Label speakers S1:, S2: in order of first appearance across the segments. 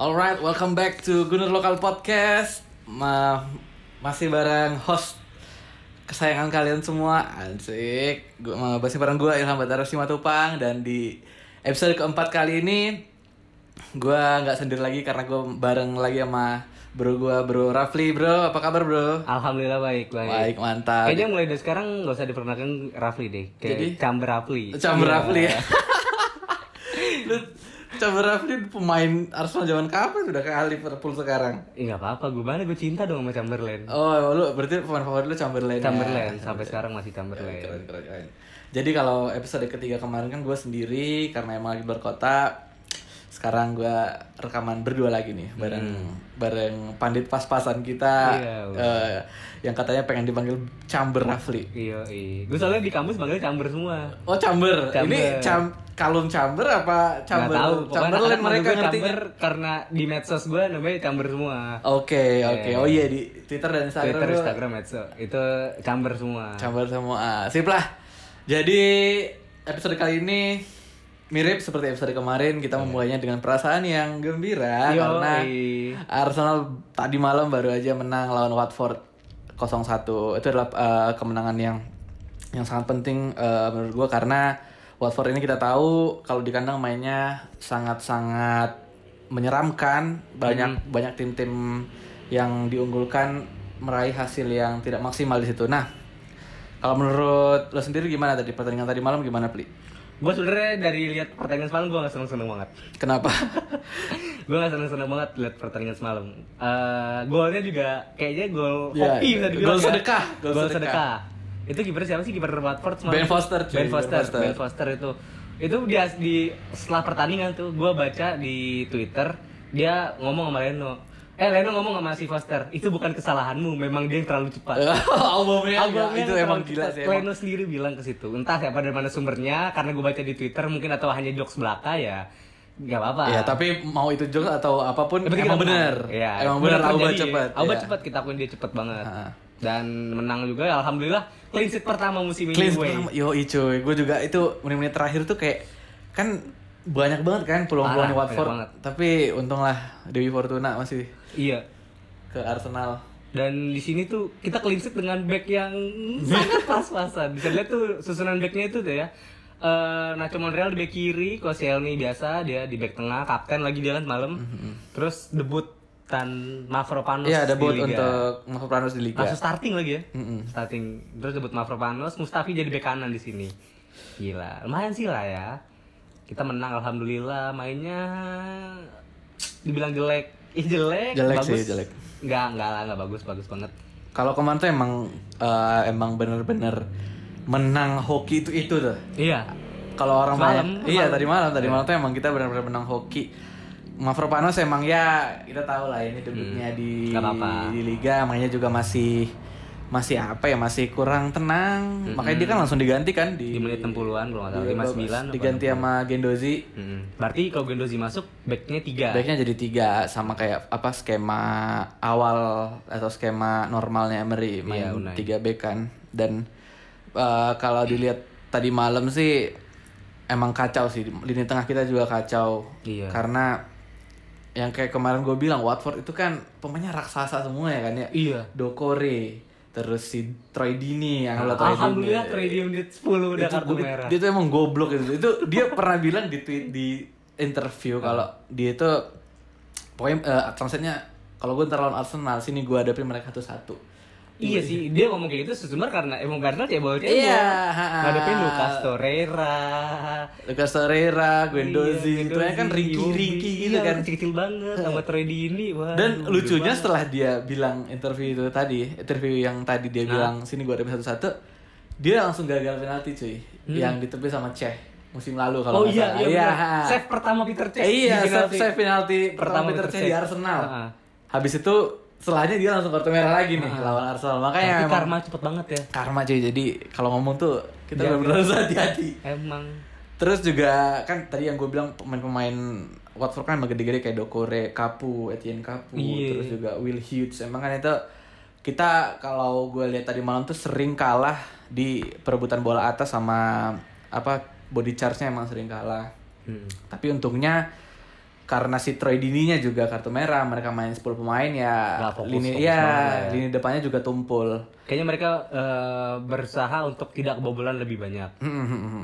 S1: Alright, welcome back to Gunur Lokal Podcast. Ma- masih bareng host kesayangan kalian semua, Ansik. Gua ma- masih bareng gue Ilham Batara Simatupang dan di episode keempat kali ini gue nggak sendiri lagi karena gue bareng lagi sama bro gue bro Rafli bro apa kabar bro
S2: Alhamdulillah baik baik.
S1: baik mantap
S2: Kayaknya mulai dari sekarang nggak usah diperkenalkan Rafli deh. Kayak
S1: Jadi?
S2: Chamber Rafli.
S1: Chamber Rafli ya lu Chamber Rafli pemain Arsenal zaman kapan udah ke Liverpool sekarang
S2: Eh nggak apa-apa, gue mana gue cinta dong sama Chamberlain.
S1: Oh, lu berarti pemain favorit lu Chamberlain. ya?
S2: Chamberlain sampai sekarang masih Chamberlain.
S1: Keren, keren, keren. Jadi kalau episode ketiga kemarin kan gue sendiri karena emang lagi berkota. Sekarang gue rekaman berdua lagi nih bareng bareng pandit pas-pasan kita
S2: Hmm. Iya,
S1: eh, yang katanya pengen dipanggil Chamber Rafli.
S2: Iya iya. Gue soalnya di kampus manggil Chamber semua.
S1: Oh, Chamber.
S2: Chamber.
S1: Ini cam kalum Chamber apa
S2: Nggak
S1: Chamber?
S2: tahu. pokoknya
S1: Chamberlain mereka
S2: anak-anak manggil gue
S1: ngertinya.
S2: Chamber karena di medsos gue namanya Chamber semua.
S1: Oke, oke. Oh iya di Twitter dan Instagram.
S2: Twitter,
S1: lu-
S2: Instagram, medsos itu Chamber semua.
S1: Campur semua Sip lah Jadi episode kali ini mirip seperti episode kemarin kita memulainya dengan perasaan yang gembira
S2: Yoi.
S1: karena Arsenal tadi malam baru aja menang lawan Watford 0-1 itu adalah eh, kemenangan yang yang sangat penting eh, menurut gua karena Watford ini kita tahu kalau di kandang mainnya sangat-sangat menyeramkan banyak banyak tim-tim yang diunggulkan meraih hasil yang tidak maksimal di situ nah kalau menurut lo sendiri gimana tadi pertandingan tadi malam gimana Pli?
S2: Gue sebenernya dari lihat pertandingan semalam gue nggak seneng seneng banget.
S1: Kenapa?
S2: gue gak seneng-seneng banget liat pertandingan semalam Eh, golnya juga kayaknya gol
S1: Iya,
S2: hoki bisa dibilang
S1: gol
S2: ya.
S1: sedekah, gol
S2: gol,
S1: sedekah.
S2: sedekah. itu kiper siapa sih kiper Watford semalam
S1: Ben Foster, cuy,
S2: Ben Foster
S1: Ben Foster.
S2: Ben Foster itu itu dia di setelah pertandingan tuh gue baca di Twitter dia ngomong sama Leno eh Leno ngomong sama si Foster itu bukan kesalahanmu memang dia yang terlalu cepat
S1: Albumnya,
S2: Abang
S1: Eh, iya, itu
S2: yang
S1: emang
S2: terlalu
S1: gila
S2: cepat.
S1: sih emang.
S2: Leno sendiri bilang ke situ. Entah siapa dari mana sumbernya, karena gue baca di Twitter mungkin atau hanya jokes belaka ya. Gak apa-apa.
S1: Ya tapi mau itu jokes atau apapun
S2: Ah. Tapi
S1: emang
S2: kita
S1: bener.
S2: menang. Iya.
S1: Emang bener Auba
S2: terjadi.
S1: cepat.
S2: Auba
S1: iya.
S2: cepat kita akuin dia cepat banget.
S1: Ha.
S2: Dan menang juga ya, alhamdulillah clean sheet pertama musim ini
S1: Clean
S2: gue.
S1: pertama- Yoi cuy, gue juga itu menit-menit terakhir tuh kayak kan banyak banget kan peluang-peluang
S2: Parah,
S1: Watford.
S2: banyak banget.
S1: Tapi untunglah Dewi Fortuna masih
S2: Iya.
S1: ke Arsenal.
S2: Dan di sini tuh kita clean sheet dengan back yang sangat pas-pasan. Bisa lihat tuh susunan backnya itu tuh ya. Eh, Nacho Monreal di back kiri, Koscielny biasa dia di back tengah, kapten lagi dia kan malam. Terus debut tan
S1: Mhm.
S2: Mavropanos
S1: Iya ada
S2: di
S1: buat
S2: Liga.
S1: untuk Mavropanos di Liga.
S2: Langsung starting lagi ya. Starting. Terus debut Mavropanos, Mustafi jadi bek kanan di sini. Gila, lumayan sih lah ya. Kita menang alhamdulillah, mainnya dibilang jelek. Ih jelek,
S1: Jelek
S2: bagus.
S1: sih, jelek.
S2: Enggak, enggak lah, enggak bagus, bagus banget.
S1: Kalau kemarin tuh emang eh, emang bener-bener menang hoki itu itu tuh.
S2: Iya.
S1: Kalau orang
S2: Semalam,
S1: malam, iya tadi malam, tadi malam tuh emang kita benar-benar menang hoki. Mavropanos emang ya kita tahu lah ini debutnya di
S2: Hmm, nggak apa-apa.
S1: di liga, makanya juga masih masih apa ya masih kurang tenang. Makanya dia kan langsung diganti kan
S2: Hmm.
S1: di,
S2: Di menit 60-an kalau
S1: Iya,
S2: enggak salah 59 apa.
S1: diganti sama Gendozi.
S2: Mm-mm. Berarti kalau Gendozi masuk, backnya 3.
S1: Baiknya jadi tiga sama kayak apa skema awal atau skema normalnya Emery main
S2: Iya, Unai.
S1: tiga back kan dan eh, kalau dilihat tadi malam sih emang kacau sih lini tengah kita juga kacau
S2: Iya.
S1: karena yang kayak kemarin gue bilang Watford itu kan pemainnya raksasa semua ya kan ya
S2: Iya.
S1: Dokore terus si Troy Dini yang lo Troy Dini.
S2: Ah, Alhamdulillah, trade menit 10 udah
S1: Itu
S2: kartu
S1: gue-
S2: merah.
S1: Dia tuh emang goblok itu. Itu dia pernah bilang di tweet di interview
S2: Ah.
S1: kalau dia itu pokoknya eh, translate-nya kalau gue ntar lawan Arsenal sini gue hadapi mereka satu-satu.
S2: Iya sih, dia ngomong kayak gitu sebenarnya karena emang karena dia bawa cebol.
S1: Iya, ha, ha.
S2: Ngadepin Lucas Torreira.
S1: Lucas Torreira, Guendouzi, itu kan
S2: Iya, Iwobi.
S1: ringki-ringki gitu
S2: Iya,
S1: kan.
S2: Kecil-kecil banget sama Tredi ini. Wah,
S1: Dan
S2: aduh,
S1: lucunya
S2: gimana?
S1: setelah dia bilang interview itu tadi, interview yang tadi dia bilang sini gue hadapi satu-satu, dia langsung gagal penalti cuy, yang ditepis sama Ceh musim lalu kalau
S2: Hmm. Oh
S1: nggak
S2: iya,
S1: salah.
S2: iya. benar.
S1: ha.
S2: Save pertama Peter Cech.
S1: Eh, iya, save
S2: di penalti.
S1: save penalti pertama
S2: Pertama
S1: Peter
S2: Peter
S1: Cech
S2: Cech.
S1: di Arsenal.
S2: Ha-ha.
S1: Habis itu setelahnya dia langsung kartu merah lagi nih lawan Arsenal. Makanya
S2: Tapi
S1: emang
S2: karma cepet banget ya.
S1: karma cuy. Jadi kalau ngomong tuh kita
S2: Jaga.
S1: benar-benar harus hati-hati.
S2: Emang.
S1: Terus juga kan tadi yang gue bilang pemain-pemain Watford kan emang gede-gede kayak Dokore, Kapu, Etienne Kapu,
S2: Iya.
S1: terus juga Will Hughes. Emang kan itu kita kalau gue lihat tadi malam tuh sering kalah di perebutan bola atas sama apa body charge-nya emang sering kalah. Tapi untungnya karena si Troy Dininya juga kartu merah, mereka main 10 pemain ya
S2: Nggak fokus,
S1: lini
S2: fokus
S1: ya,
S2: banget lah ya.
S1: lini depannya juga tumpul.
S2: Kayaknya mereka eh, berusaha untuk tidak kebobolan lebih banyak.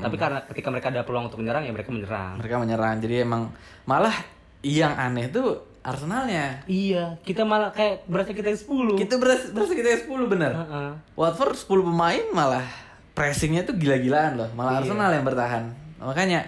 S2: Tapi karena ketika mereka ada peluang untuk menyerang ya mereka menyerang.
S1: mereka menyerang. Jadi emang malah yang aneh tuh Arsenalnya.
S2: Iya, kita malah kayak berasa kita yang 10.
S1: Kita berasa, berasa kita yang 10 bener.
S2: Heeh.
S1: Watford 10 pemain malah pressingnya tuh gila-gilaan loh.
S2: Iya.
S1: Malah Arsenal yang bertahan. Makanya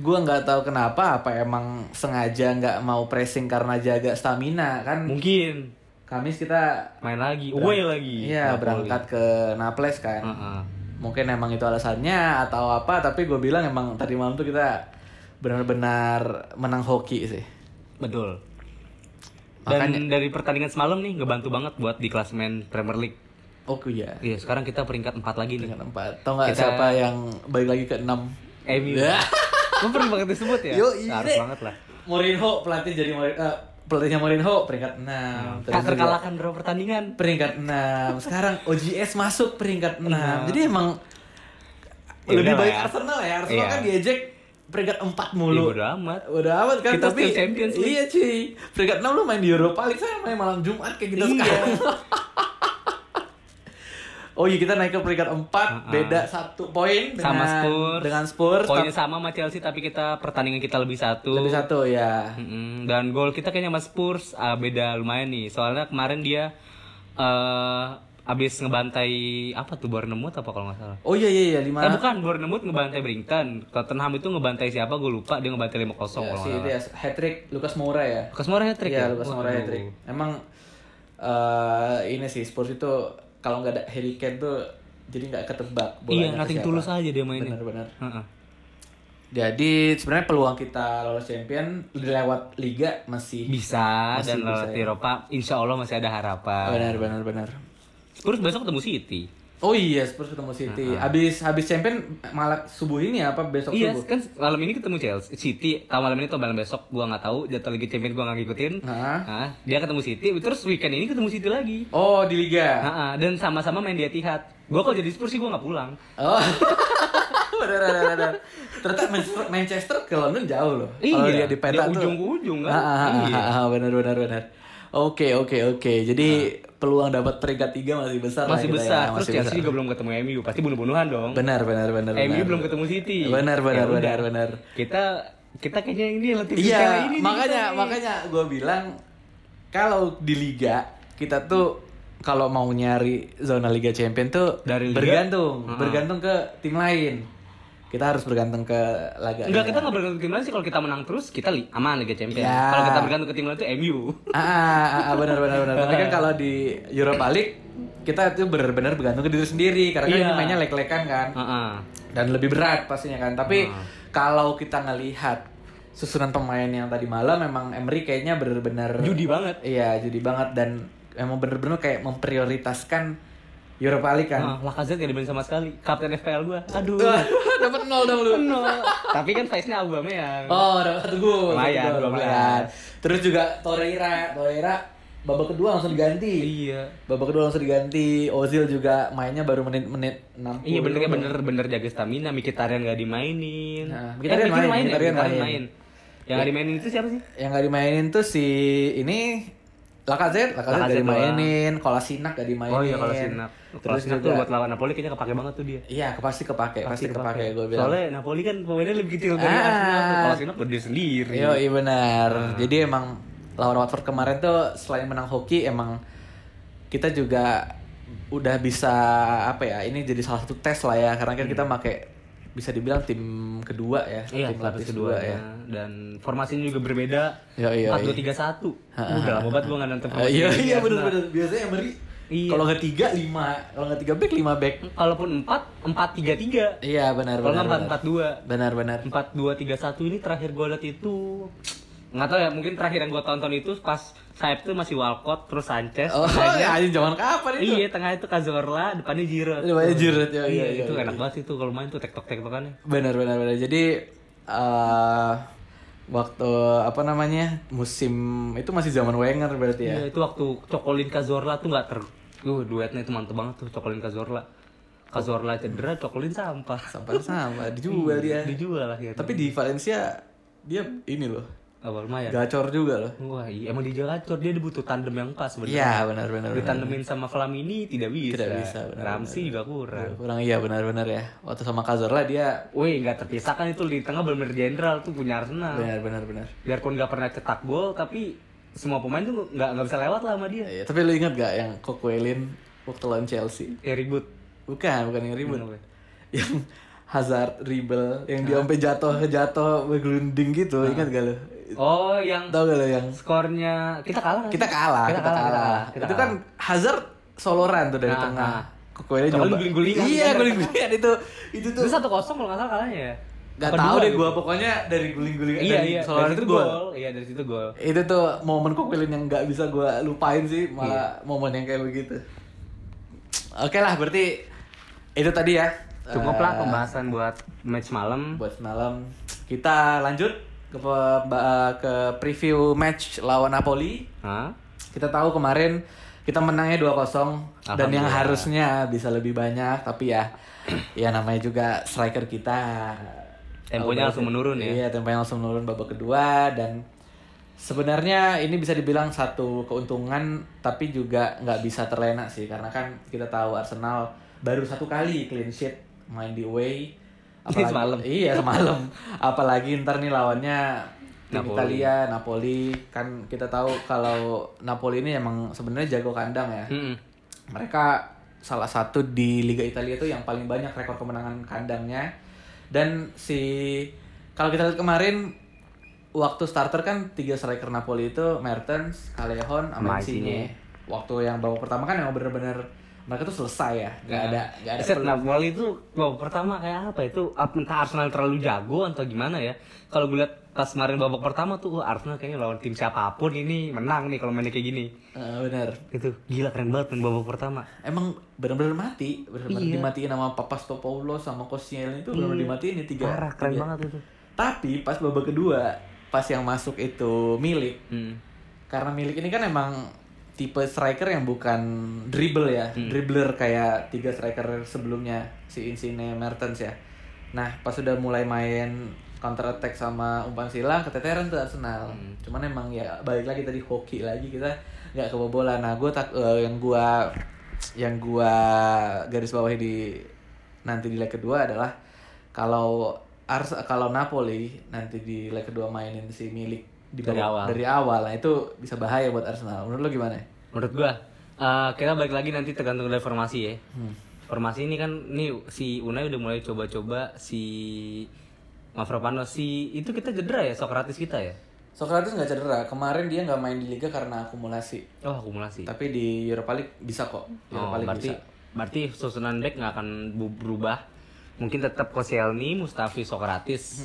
S1: gua nggak tahu kenapa apa emang sengaja nggak mau pressing karena jaga stamina kan.
S2: Mungkin
S1: Kamis kita
S2: main lagi, away lagi.
S1: iya
S2: Napoli.
S1: berangkat ke Naples kan.
S2: Heeh.
S1: mungkin emang itu alasannya atau apa tapi gue bilang emang tadi malam tuh kita benar-benar menang hoki sih
S2: Betul. Dan dari pertandingan semalam nih ngebantu banget buat di klasemen Premier League.
S1: oke ya
S2: Iya, sekarang kita peringkat 4 lagi nih.
S1: dengan empat tau nggak siapa yang balik lagi ke enam
S2: MU.
S1: Ya.
S2: Lu perlu banget disebut ya?
S1: Yo, iya.
S2: Harus banget lah.
S1: Mourinho pelatih jadi Mourinho eh, pelatihnya Mourinho peringkat enam
S2: Tak
S1: Terus juga
S2: terkalahkan berapa pertandingan?
S1: peringkat enam sekarang OGS masuk peringkat enam jadi emang
S2: Iya. Ya
S1: lebih
S2: udah lah
S1: baik
S2: ya.
S1: Arsenal ya Arsenal
S2: Iya.
S1: kan diejek peringkat empat
S2: Ya,
S1: mulu
S2: bodo amat.
S1: Udah amat kan
S2: Kita
S1: tapi
S2: still Champions League.
S1: Iya cuy. Peringkat 6 lu main di Europa League saya main malam Jumat kayak kita
S2: Iya.
S1: sekarang. oh iya kita naik ke peringkat 4 beda satu poin dengan
S2: Sama Spurs.
S1: Dengan Spurs
S2: Poinnya sama sama Chelsea tapi kita pertandingan kita lebih satu.
S1: tapi satu ya.
S2: Mm-mm. Dan gol kita kayaknya sama Spurs ah, beda lumayan nih. Soalnya kemarin dia eh abis ngebantai apa tuh Bournemouth apa kalau nggak salah.
S1: Oh iya iya iya
S2: Eh
S1: 5
S2: bukan Bournemouth ngebantai Brighton. Tottenham itu ngebantai siapa gue lupa dia ngebantai 5-0 kalau
S1: si
S2: nggak
S1: itu
S2: salah.
S1: ya hat trick Lucas Moura ya.
S2: Lucas Moura hat-trick
S1: Iya
S2: ya?
S1: Lucas
S2: Waduh.
S1: Moura hat trick. Emang eh ini sih Spurs itu kalau nggak ada Harry Kane tuh jadi nggak ketebak
S2: Iya,
S1: bolanya ke
S2: nothing
S1: siapa.
S2: tulus aja dia mainnya.
S1: Benar-benar.
S2: Heeh.
S1: Jadi sebenarnya peluang kita lolos champion lewat liga masih
S2: Bisa
S1: Masih
S2: dan
S1: bisa ya.
S2: lewat
S1: Oh, iya.
S2: Eropa insya Allah masih ada harapan.
S1: benar benar benar.
S2: Spurs besok ketemu City.
S1: Oh iya Spurs ketemu City. Habis habis champion malah subuh ini apa besok
S2: Iya,
S1: subuh?
S2: kan malam ini ketemu Chelsea, City. Tahu malam ini atau malam besok gua nggak tahu. Jatuh lagi champion gua nggak ngikutin.
S1: Heeh.
S2: Nah, dia ketemu City, terus weekend ini ketemu City lagi.
S1: Oh di liga.
S2: Nah, dan sama-sama main di Etihad. Gua kalau jadi Spurs sih gua nggak pulang.
S1: Oh. benar benar benar. Ternyata Manchester, Manchester ke London jauh loh. Kalau dia
S2: Iya,
S1: di peta
S2: dari
S1: tuh.
S2: ujung ke ujung kan?
S1: Ah, ah, ah,
S2: Iya.
S1: ah, ah, benar benar benar. Oke oke oke. Jadi peluang dapat peringkat tiga masih besar lah
S2: Masih
S1: kita ya,
S2: besar. Terus
S1: masih
S2: Chelsea
S1: besar.
S2: juga belum ketemu MU, pasti bunuh-bunuhan dong.
S1: Benar benar benar.
S2: MU
S1: benar.
S2: belum ketemu City.
S1: Benar, benar,
S2: Ya udah.
S1: benar, benar.
S2: Kita kita kayaknya ini relatif secara
S1: Iya,
S2: ini nih
S1: makanya
S2: kita nih.
S1: makanya gue bilang kalau di liga kita tuh kalau mau nyari zona Liga Champion tuh
S2: Dari liga?
S1: bergantung, bergantung ke tim lain. Kita harus bergantung ke laga.
S2: Enggak, kita nggak bergantung ke tim lain sih kalau kita menang terus kita li- aman Liga Champions.
S1: Ya.
S2: Kalau kita bergantung ke tim lain itu MU.
S1: Ah, ah, ah, ah, benar benar benar. Tapi kan kalau di Europa League kita tuh benar-benar bergantung ke diri sendiri karena kan
S2: Iya.
S1: ini mainnya lek-lekan kan.
S2: Heeh.
S1: dan lebih berat pastinya kan. Tapi
S2: Mm.
S1: kalau kita ngelihat susunan pemain yang tadi malam memang Emery kayaknya bener-bener
S2: Judi banget.
S1: Iya, judi banget dan emang bener-bener kayak memprioritaskan Europa League kan.
S2: Nah, Lacazette gak dimain sama sekali. Kapten FPL gua. Aduh.
S1: Dapat nol dong lu.
S2: No. Tapi kan face-nya Aubameyang.
S1: Oh, dapat satu gol.
S2: Lumayan,
S1: Satu gol,
S2: 12.
S1: lumayan. Terus juga Torreira, Torreira babak kedua langsung diganti.
S2: Iya.
S1: Babak kedua langsung diganti. Ozil juga mainnya baru menit-menit 60.
S2: Iya bener bener bener jaga stamina, Mkhitaryan gak dimainin.
S1: Nah, Mkhitaryan
S2: Eh,
S1: main,
S2: ya,
S1: Mkhitaryan
S2: Mkhitaryan
S1: main.
S2: Yang gak dimainin itu siapa sih?
S1: yang gak dimainin tuh si ini Lacazette, Lacazette gak
S2: Lacazette doang.
S1: dimainin, Kolasinak gak dimainin.
S2: Oh iya kalau Sinak. Kalau
S1: Terus
S2: Sinak tuh
S1: juga-
S2: buat lawan Napoli kayaknya kepake banget tuh dia.
S1: Iya, ke- pasti kepake, pasti, kepake, gue bilang.
S2: Soalnya Napoli kan pemainnya lebih kecil
S1: Ah.
S2: dari Arsenal. tuh. Kalau Sinak berdiri sendiri.
S1: Yo, iya benar.
S2: Nah.
S1: Jadi emang lawan Watford kemarin tuh selain menang hoki emang kita juga udah bisa apa ya? Ini jadi salah satu tes lah ya karena kan kita pakai bisa dibilang tim kedua ya,
S2: Hmm. Iya,
S1: tim
S2: lapis
S1: lapis kedua
S2: kedua
S1: Iya,
S2: ya. Dan formasinya juga berbeda.
S1: Yo, yo,
S2: Empat
S1: yo.
S2: dua tiga satu. Udah lama banget gue nggak nonton
S1: Eh,
S2: formasi.
S1: iya
S2: ini.
S1: iya benar benar. Biasanya Emery
S2: Iya.
S1: kalau nggak tiga lima, kalau nggak tiga back lima back.
S2: Kalaupun empat empat tiga tiga.
S1: Iya benar
S2: Kalau
S1: benar.
S2: nggak empat
S1: benar.
S2: empat dua.
S1: Benar benar.
S2: Empat dua tiga satu ini terakhir gue liat itu nggak tahu ya mungkin terakhir yang gue tonton itu pas sayap tuh masih Walcott terus Sanchez
S1: Oh,
S2: tengahnya-
S1: ya, anjing zaman kapan itu?
S2: iya tengah itu Cazorla depannya Giroud
S1: Depannya Giroud, ya, iya,
S2: iya,
S1: iya,
S2: itu
S1: iya.
S2: enak banget itu kalau main tuh tektok tektokannya
S1: Benar benar benar. Jadi eh waktu apa namanya? musim itu masih zaman Wenger berarti ya.
S2: Iya, itu waktu Cokolin Kazorla tuh nggak ter... Uh, duetnya itu mantep banget tuh Cokolin Kazorla. Kazorla cedera, Cokolin sampah.
S1: Sampai sama dijual dia.
S2: Dijual akhirnya.
S1: Tapi di Valencia dia ini loh.
S2: Eh, Apa lumayan?
S1: Gacor juga loh.
S2: Wah, iya, emang dia gacor, dia butuh tandem yang pas sebenarnya.
S1: Iya benar benar. benar.
S2: Ditandemin sama Flamini tidak bisa.
S1: Tidak bisa, benar,
S2: Ramsey juga kurang.
S1: Kurang iya benar-benar ya. Waktu sama Cazorla dia
S2: Wih, nggak terpisahkan itu di tengah benar jenderal tuh punya Arsenal.
S1: benar-benar benar.
S2: Biarpun nggak pernah cetak gol, tapi semua pemain tuh nggak nggak bisa lewat lah sama dia.
S1: Iya, tapi lu inget gak yang Kokuelin waktu lawan Chelsea?
S2: Ya ribut.
S1: Bukan, bukan yang ribut.
S2: Kenapa?
S1: yang Hazard ribel yang dia sampai jatuh jatuh bergelunding gitu ingat gak lu
S2: Oh, yang
S1: tau gak lu yang
S2: skornya kita kalah. nggak sih?
S1: kita kalah kita, kalah,
S2: kita
S1: itu kan Hazard soloran tuh dari
S2: Nah,
S1: tengah
S2: nah.
S1: Kokoelnya
S2: Cuman
S1: nyoba
S2: guling-gulingan.
S1: iya guling-gulingan itu itu tuh
S2: Itu satu kosong kalau nggak salah kalahnya ya.
S1: Gak
S2: Apa
S1: tahu
S2: dua
S1: deh
S2: gitu?
S1: gua pokoknya dari guling-gulingan
S2: Iya
S1: dari
S2: iya.
S1: soloran
S2: Dari
S1: itu
S2: situ
S1: gol
S2: gol. Iya dari situ gol.
S1: itu tuh momen kokuelin yang nggak bisa gua lupain sih malah
S2: Iya.
S1: momen yang kayak begitu oke lah berarti itu tadi ya
S2: Cukup lah pembahasan buat match malam.
S1: buat semalam kita lanjut ke pe- ba- ke preview match lawan Napoli.
S2: Hah?
S1: Kita tahu kemarin kita menangnya 2-0 dan yang harusnya bisa lebih banyak tapi ya ya namanya juga striker kita
S2: Temponya langsung menurun
S1: Iya,
S2: ya.
S1: temponya langsung menurun babak kedua dan sebenarnya ini bisa dibilang satu keuntungan tapi juga nggak bisa terlena sih karena kan kita tahu Arsenal baru satu kali clean sheet main di away. Apalagi,
S2: Semalam.
S1: Iya semalam. Apalagi ntar nih lawannya tim
S2: Napoli.
S1: Italia, Ya, Napoli. Kan kita tahu kalau Napoli ini emang sebenarnya jago kandang ya.
S2: Mm-mm.
S1: Mereka salah satu di Liga Italia itu yang paling banyak rekor kemenangan kandangnya. Dan si kalau kita lihat kemarin waktu starter kan tiga striker Napoli itu Mertens, Callejon, sama
S2: Sama
S1: Insigne.
S2: Insigne.
S1: Waktu yang babak pertama kan emang bener-bener mereka tuh selesai ya, nggak ada nggak ada
S2: Set Napoli itu babak pertama kayak apa itu Ap- entah Arsenal terlalu jago atau gimana ya. Kalau gue lihat pas kemarin babak pertama tuh wah, Arsenal kayaknya lawan tim siapapun ini menang nih kalau mainnya kayak gini.
S1: Eh, bener.
S2: Itu gila keren banget main babak pertama.
S1: emang benar-benar mati benar-benar
S2: Iya.
S1: dimatiin sama Papastopoulos sama Koscielny itu benar-benar dimatiin nih tiga
S2: Parah keren
S1: tiga.
S2: banget itu.
S1: tapi pas babak kedua pas yang masuk itu milik
S2: Hmm.
S1: karena milik ini kan emang tipe striker yang bukan dribble ya
S2: Hmm.
S1: dribbler kayak tiga striker sebelumnya si Insigne Mertens ya nah pas sudah mulai main counter attack sama umpan silang keteteran tuh Arsenal
S2: Hmm.
S1: cuman emang ya balik lagi tadi hoki lagi kita nggak kebobolan nah gue tak eh, yang gua yang gua garis bawahi di nanti di leg kedua adalah kalau Ars kalau Napoli nanti di leg kedua mainin si milik di
S2: Dari
S1: babak-
S2: awal.
S1: dari awal nah itu bisa bahaya buat Arsenal menurut lo gimana
S2: Menurut gua eh, kita balik lagi nanti tergantung dari formasi ya. Formasi ini kan nih si Unai udah mulai coba-coba si Mavropanos si itu kita cedera ya Socrates kita ya.
S1: Socrates nggak cedera kemarin dia nggak main di Liga karena akumulasi
S2: Oh akumulasi.
S1: tapi di Europa League bisa kok
S2: Oh,
S1: Europa League
S2: berarti
S1: bisa
S2: berarti susunan back nggak akan bu- berubah. Mungkin tetap Koscielny, Mustafi, Sokratis.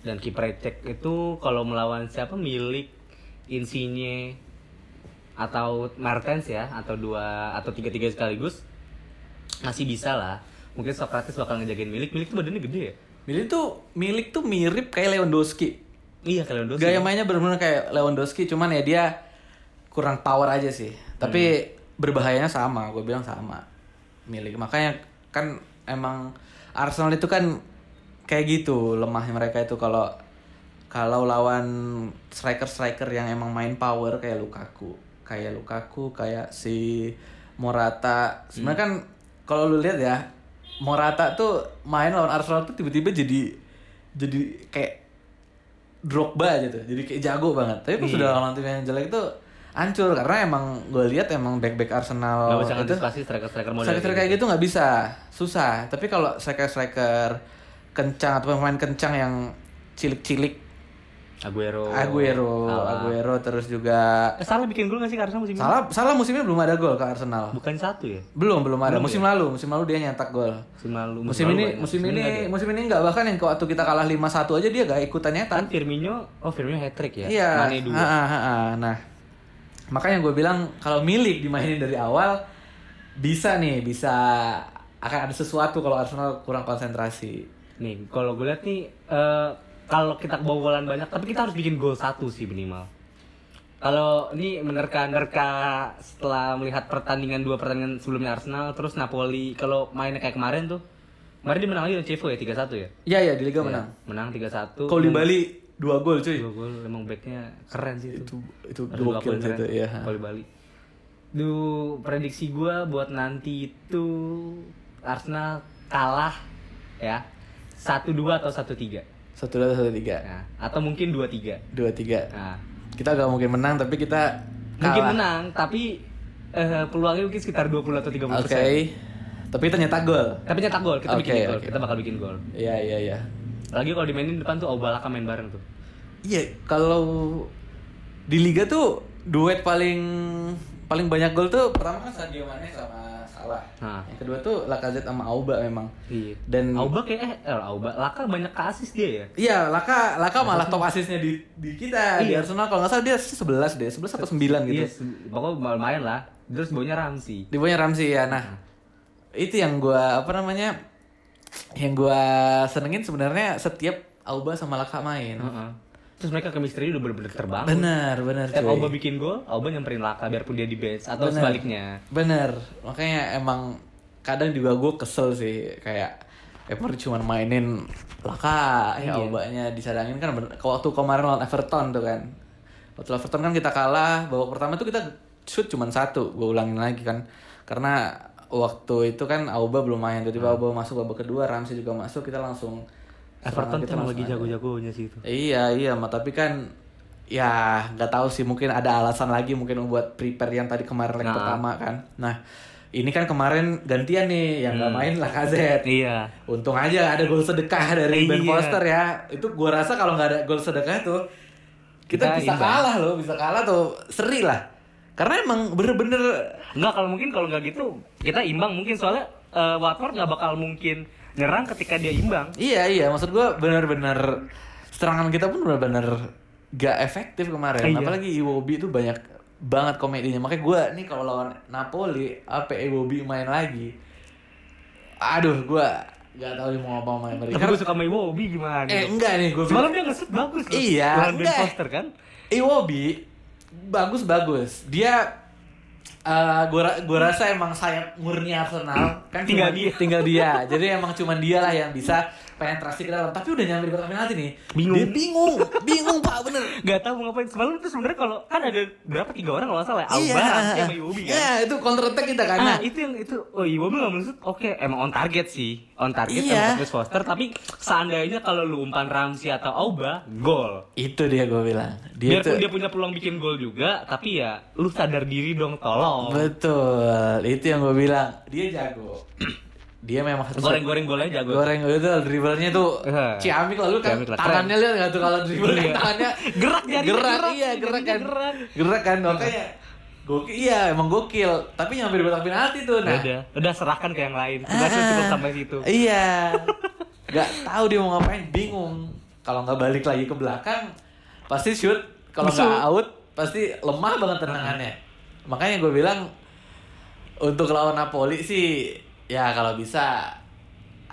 S2: Dan kiper cek itu kalau melawan siapa milik Insigne atau Mertens ya atau dua atau tiga tiga sekaligus masih bisa lah. Mungkin Sokratis bakal ngejagain milik. Milik tuh badannya gede ya.
S1: Milik tuh milik tuh mirip kayak Lewandowski
S2: Iya kalian dosa.
S1: gaya mainnya benar-benar kayak Lewandowski cuman ya dia kurang power aja sih tapi berbahayanya sama gue bilang sama milik makanya kan emang Arsenal itu kan kayak gitu lemahnya mereka itu kalau kalau lawan striker-striker yang emang main power kayak Lukaku kayak Lukaku kayak si Morata sebenarnya kan kalau lu lihat ya Morata tuh main lawan Arsenal tuh tiba-tiba jadi jadi kayak Drogba aja tuh jadi kayak jago banget tapi pas sudah lawan tim yang jelek tuh hancur karena emang gue lihat emang back back Arsenal
S2: Nggak bisa
S1: Oh, itu
S2: antisipasi striker-striker model
S1: striker kayak gitu nggak bisa susah tapi kalau striker striker kencang atau pemain kencang yang cilik-cilik Oh,
S2: Aguero.
S1: Aguero
S2: Salah.
S1: Aguero terus juga
S2: Eh, salah bikin gol nggak sih karena musim ini?
S1: salah salah musimnya belum ada gol ke Arsenal
S2: Bukan satu ya.
S1: belum belum ya? ada musim lalu musim lalu dia nyetak gol
S2: Musim lalu.
S1: musim
S2: lalu
S1: ini
S2: banyak.
S1: musim
S2: ya?
S1: ini musim ini nggak bahkan yang waktu kita kalah 5-1 aja dia gak ikutan nyetak
S2: kan Firmino oh Firmino hat trick ya
S1: Iya.
S2: Mane dua
S1: ah, ah, ah, ah. Nah, makanya gue bilang kalau milik dimainin dari awal bisa nih, bisa akan ada sesuatu kalau Arsenal kurang konsentrasi.
S2: nih kalau gue lihat nih eh, kalau kita kebobolan banyak tapi kita harus bikin gol satu sih minimal kalau ini menerka-nerka setelah melihat pertandingan dua pertandingan sebelumnya Arsenal terus Napoli kalau mainnya kayak kemarin tuh kemarin dia menang lagi dengan Cevo ya 3-1 ya
S1: Iya, iya di Liga menang.
S2: menang 3-1
S1: Kalau di Bali dua gol cuy.
S2: Dua gol emang backnya keren sih itu.
S1: Itu itu
S2: Aduh, dua
S1: gokil
S2: gol
S1: sih
S2: keren.
S1: itu ya.
S2: Voli Bali. Duh, prediksi gua buat nanti itu Arsenal kalah ya. 1-2 atau 1-3.
S1: Satu dua satu tiga
S2: Nah, atau mungkin 2-3.
S1: dua tiga.
S2: Nah,
S1: Kita gak mungkin menang tapi kita
S2: mungkin
S1: kalah.
S2: menang tapi eh, peluangnya mungkin sekitar 20 atau 30
S1: Oke.
S2: persen.
S1: Tapi ternyata gol.
S2: Tapi nyetak gol, kita bikin
S1: Oke,
S2: gol,
S1: oke.
S2: kita bakal bikin gol.
S1: Iya iya iya.
S2: Lagi kalau dimainin depan tuh Obalaka main bareng tuh.
S1: Iya, kalau di liga tuh duet paling paling banyak gol tuh pertama kan Sadio Mane sama Salah.
S2: Nah.
S1: Yang kedua tuh Lacazette sama Auba memang.
S2: Iya.
S1: Dan
S2: Auba kayak eh eh, Auba, Laka banyak ke asis dia ya.
S1: Iya, Laka Laka malah top asisnya di di kita di
S2: Iya.
S1: Arsenal kalau nggak salah dia 11 deh, 11 atau 9 gitu.
S2: Iya, se- pokoknya lumayan lah. Terus bawahnya Ramsey.
S1: Di bawahnya Ramsey ya.
S2: Hmm.
S1: Nah, itu yang gua apa namanya? Yang gua senengin sebenarnya setiap Auba sama Laka main.
S2: Heeh. Terus mereka chemistry udah bener-bener terbang.
S1: Iya. Bener, bener
S2: Setiap
S1: cuy.
S2: Auba bikin gol, Auba nyamperin Laka biarpun dia di bench atau
S1: Bener.
S2: sebaliknya.
S1: Bener, makanya emang kadang juga gue kesel sih kayak Ever cuma mainin laka ya
S2: Iya.
S1: obaknya dicadangin kan bener. Ke waktu kemarin lawan Everton tuh kan waktu lawan Everton kan kita kalah babak pertama tuh kita shoot cuma satu gue ulangin lagi kan karena waktu itu kan Auba belum main
S2: Hmm.
S1: tiba-tiba Auba masuk babak kedua Ramsey juga masuk kita langsung
S2: Everton
S1: kita
S2: tuh emang
S1: langsung
S2: lagi
S1: aja.
S2: jago-jagonya sih itu.
S1: Iya iya, ma tapi kan ya nggak tahu sih mungkin ada alasan lagi mungkin buat prepare yang tadi kemarin leg
S2: Nah.
S1: pertama kan. Nah ini kan kemarin gantian nih yang
S2: Hmm.
S1: nggak main lah KZ.
S2: Iya.
S1: Untung aja ada gol sedekah dari Ben
S2: Iya.
S1: Foster ya. Itu gua rasa kalau nggak ada gol sedekah tuh kita,
S2: Kita
S1: bisa
S2: imbang.
S1: kalah loh, bisa kalah tuh seri lah. Karena emang bener-bener
S2: Enggak kalau mungkin kalau nggak gitu kita imbang mungkin soalnya eh, Watford nggak bakal mungkin nyerang ketika dia imbang.
S1: iya iya maksud gua bener-bener serangan kita pun bener-bener gak efektif kemarin
S2: Iya.
S1: apalagi Iwobi itu banyak banget komedinya makanya gua nih kalau lawan Napoli apa Iwobi main lagi aduh gua gak tahu mau ngomong main mereka
S2: Tapi gue suka sama Iwobi gimana?
S1: Iya. eh enggak nih gua
S2: Semalam dia ngeset bagus loh.
S1: Iya,
S2: Lawan Ben
S1: enggak.
S2: Foster kan?
S1: Iwobi bagus bagus. Dia eh gua ra- gua rasa emang sayap murni Arsenal kan
S2: Tinggal
S1: cuman-
S2: dia.
S1: tinggal dia. Jadi emang cuman dia lah yang bisa penetrasi ke dalam. Tapi udah nyampe di kotak penalti nih.
S2: Bingung.
S1: Dia bingung, bingung Pak bener.
S2: Gak tau mau ngapain semalam tuh sebenarnya kalau kan ada berapa tiga orang kalau nggak salah ya?
S1: Iya.
S2: Alba, Ramsey, sama Iwobi kan?
S1: Iya, itu counter attack kita kan.
S2: Ah,
S1: Nah,
S2: itu yang itu oh Iwobi nggak maksud oke emang on target sih on target
S1: Iya.
S2: sama Chris Foster tapi seandainya kalau lu umpan Ramsey atau Auba gol
S1: itu dia gua bilang. Dia
S2: biarpun
S1: tuh
S2: dia punya peluang bikin gol juga tapi ya lu sadar diri dong tolong
S1: betul. Itu yang gua bilang. Dia jago. dia memang harus
S2: goreng-goreng golnya jago
S1: goreng itu dribblenya tuh
S2: Eh.
S1: ciamik lalu kan
S2: Iya, Ciamik lah, keren.
S1: tangannya lihat nggak tuh kalau dribble
S2: Iya.
S1: tangannya
S2: Gerak, jadinya
S1: gerak,
S2: gerak,
S1: iya gerak kan
S2: jadinya gerak. Iya.
S1: gerak kan makanya gokil iya emang gokil tapi nyampe di kotak penalti tuh nah
S2: udah udah serahkan ke yang lain tugasnya
S1: Ah.
S2: cukup sampai situ
S1: iya nggak tahu dia mau ngapain bingung kalau nggak balik lagi ke belakang pasti shoot kalau nggak
S2: Busuk.
S1: out pasti lemah banget tendangannya makanya gue bilang untuk lawan Napoli sih ya kalau bisa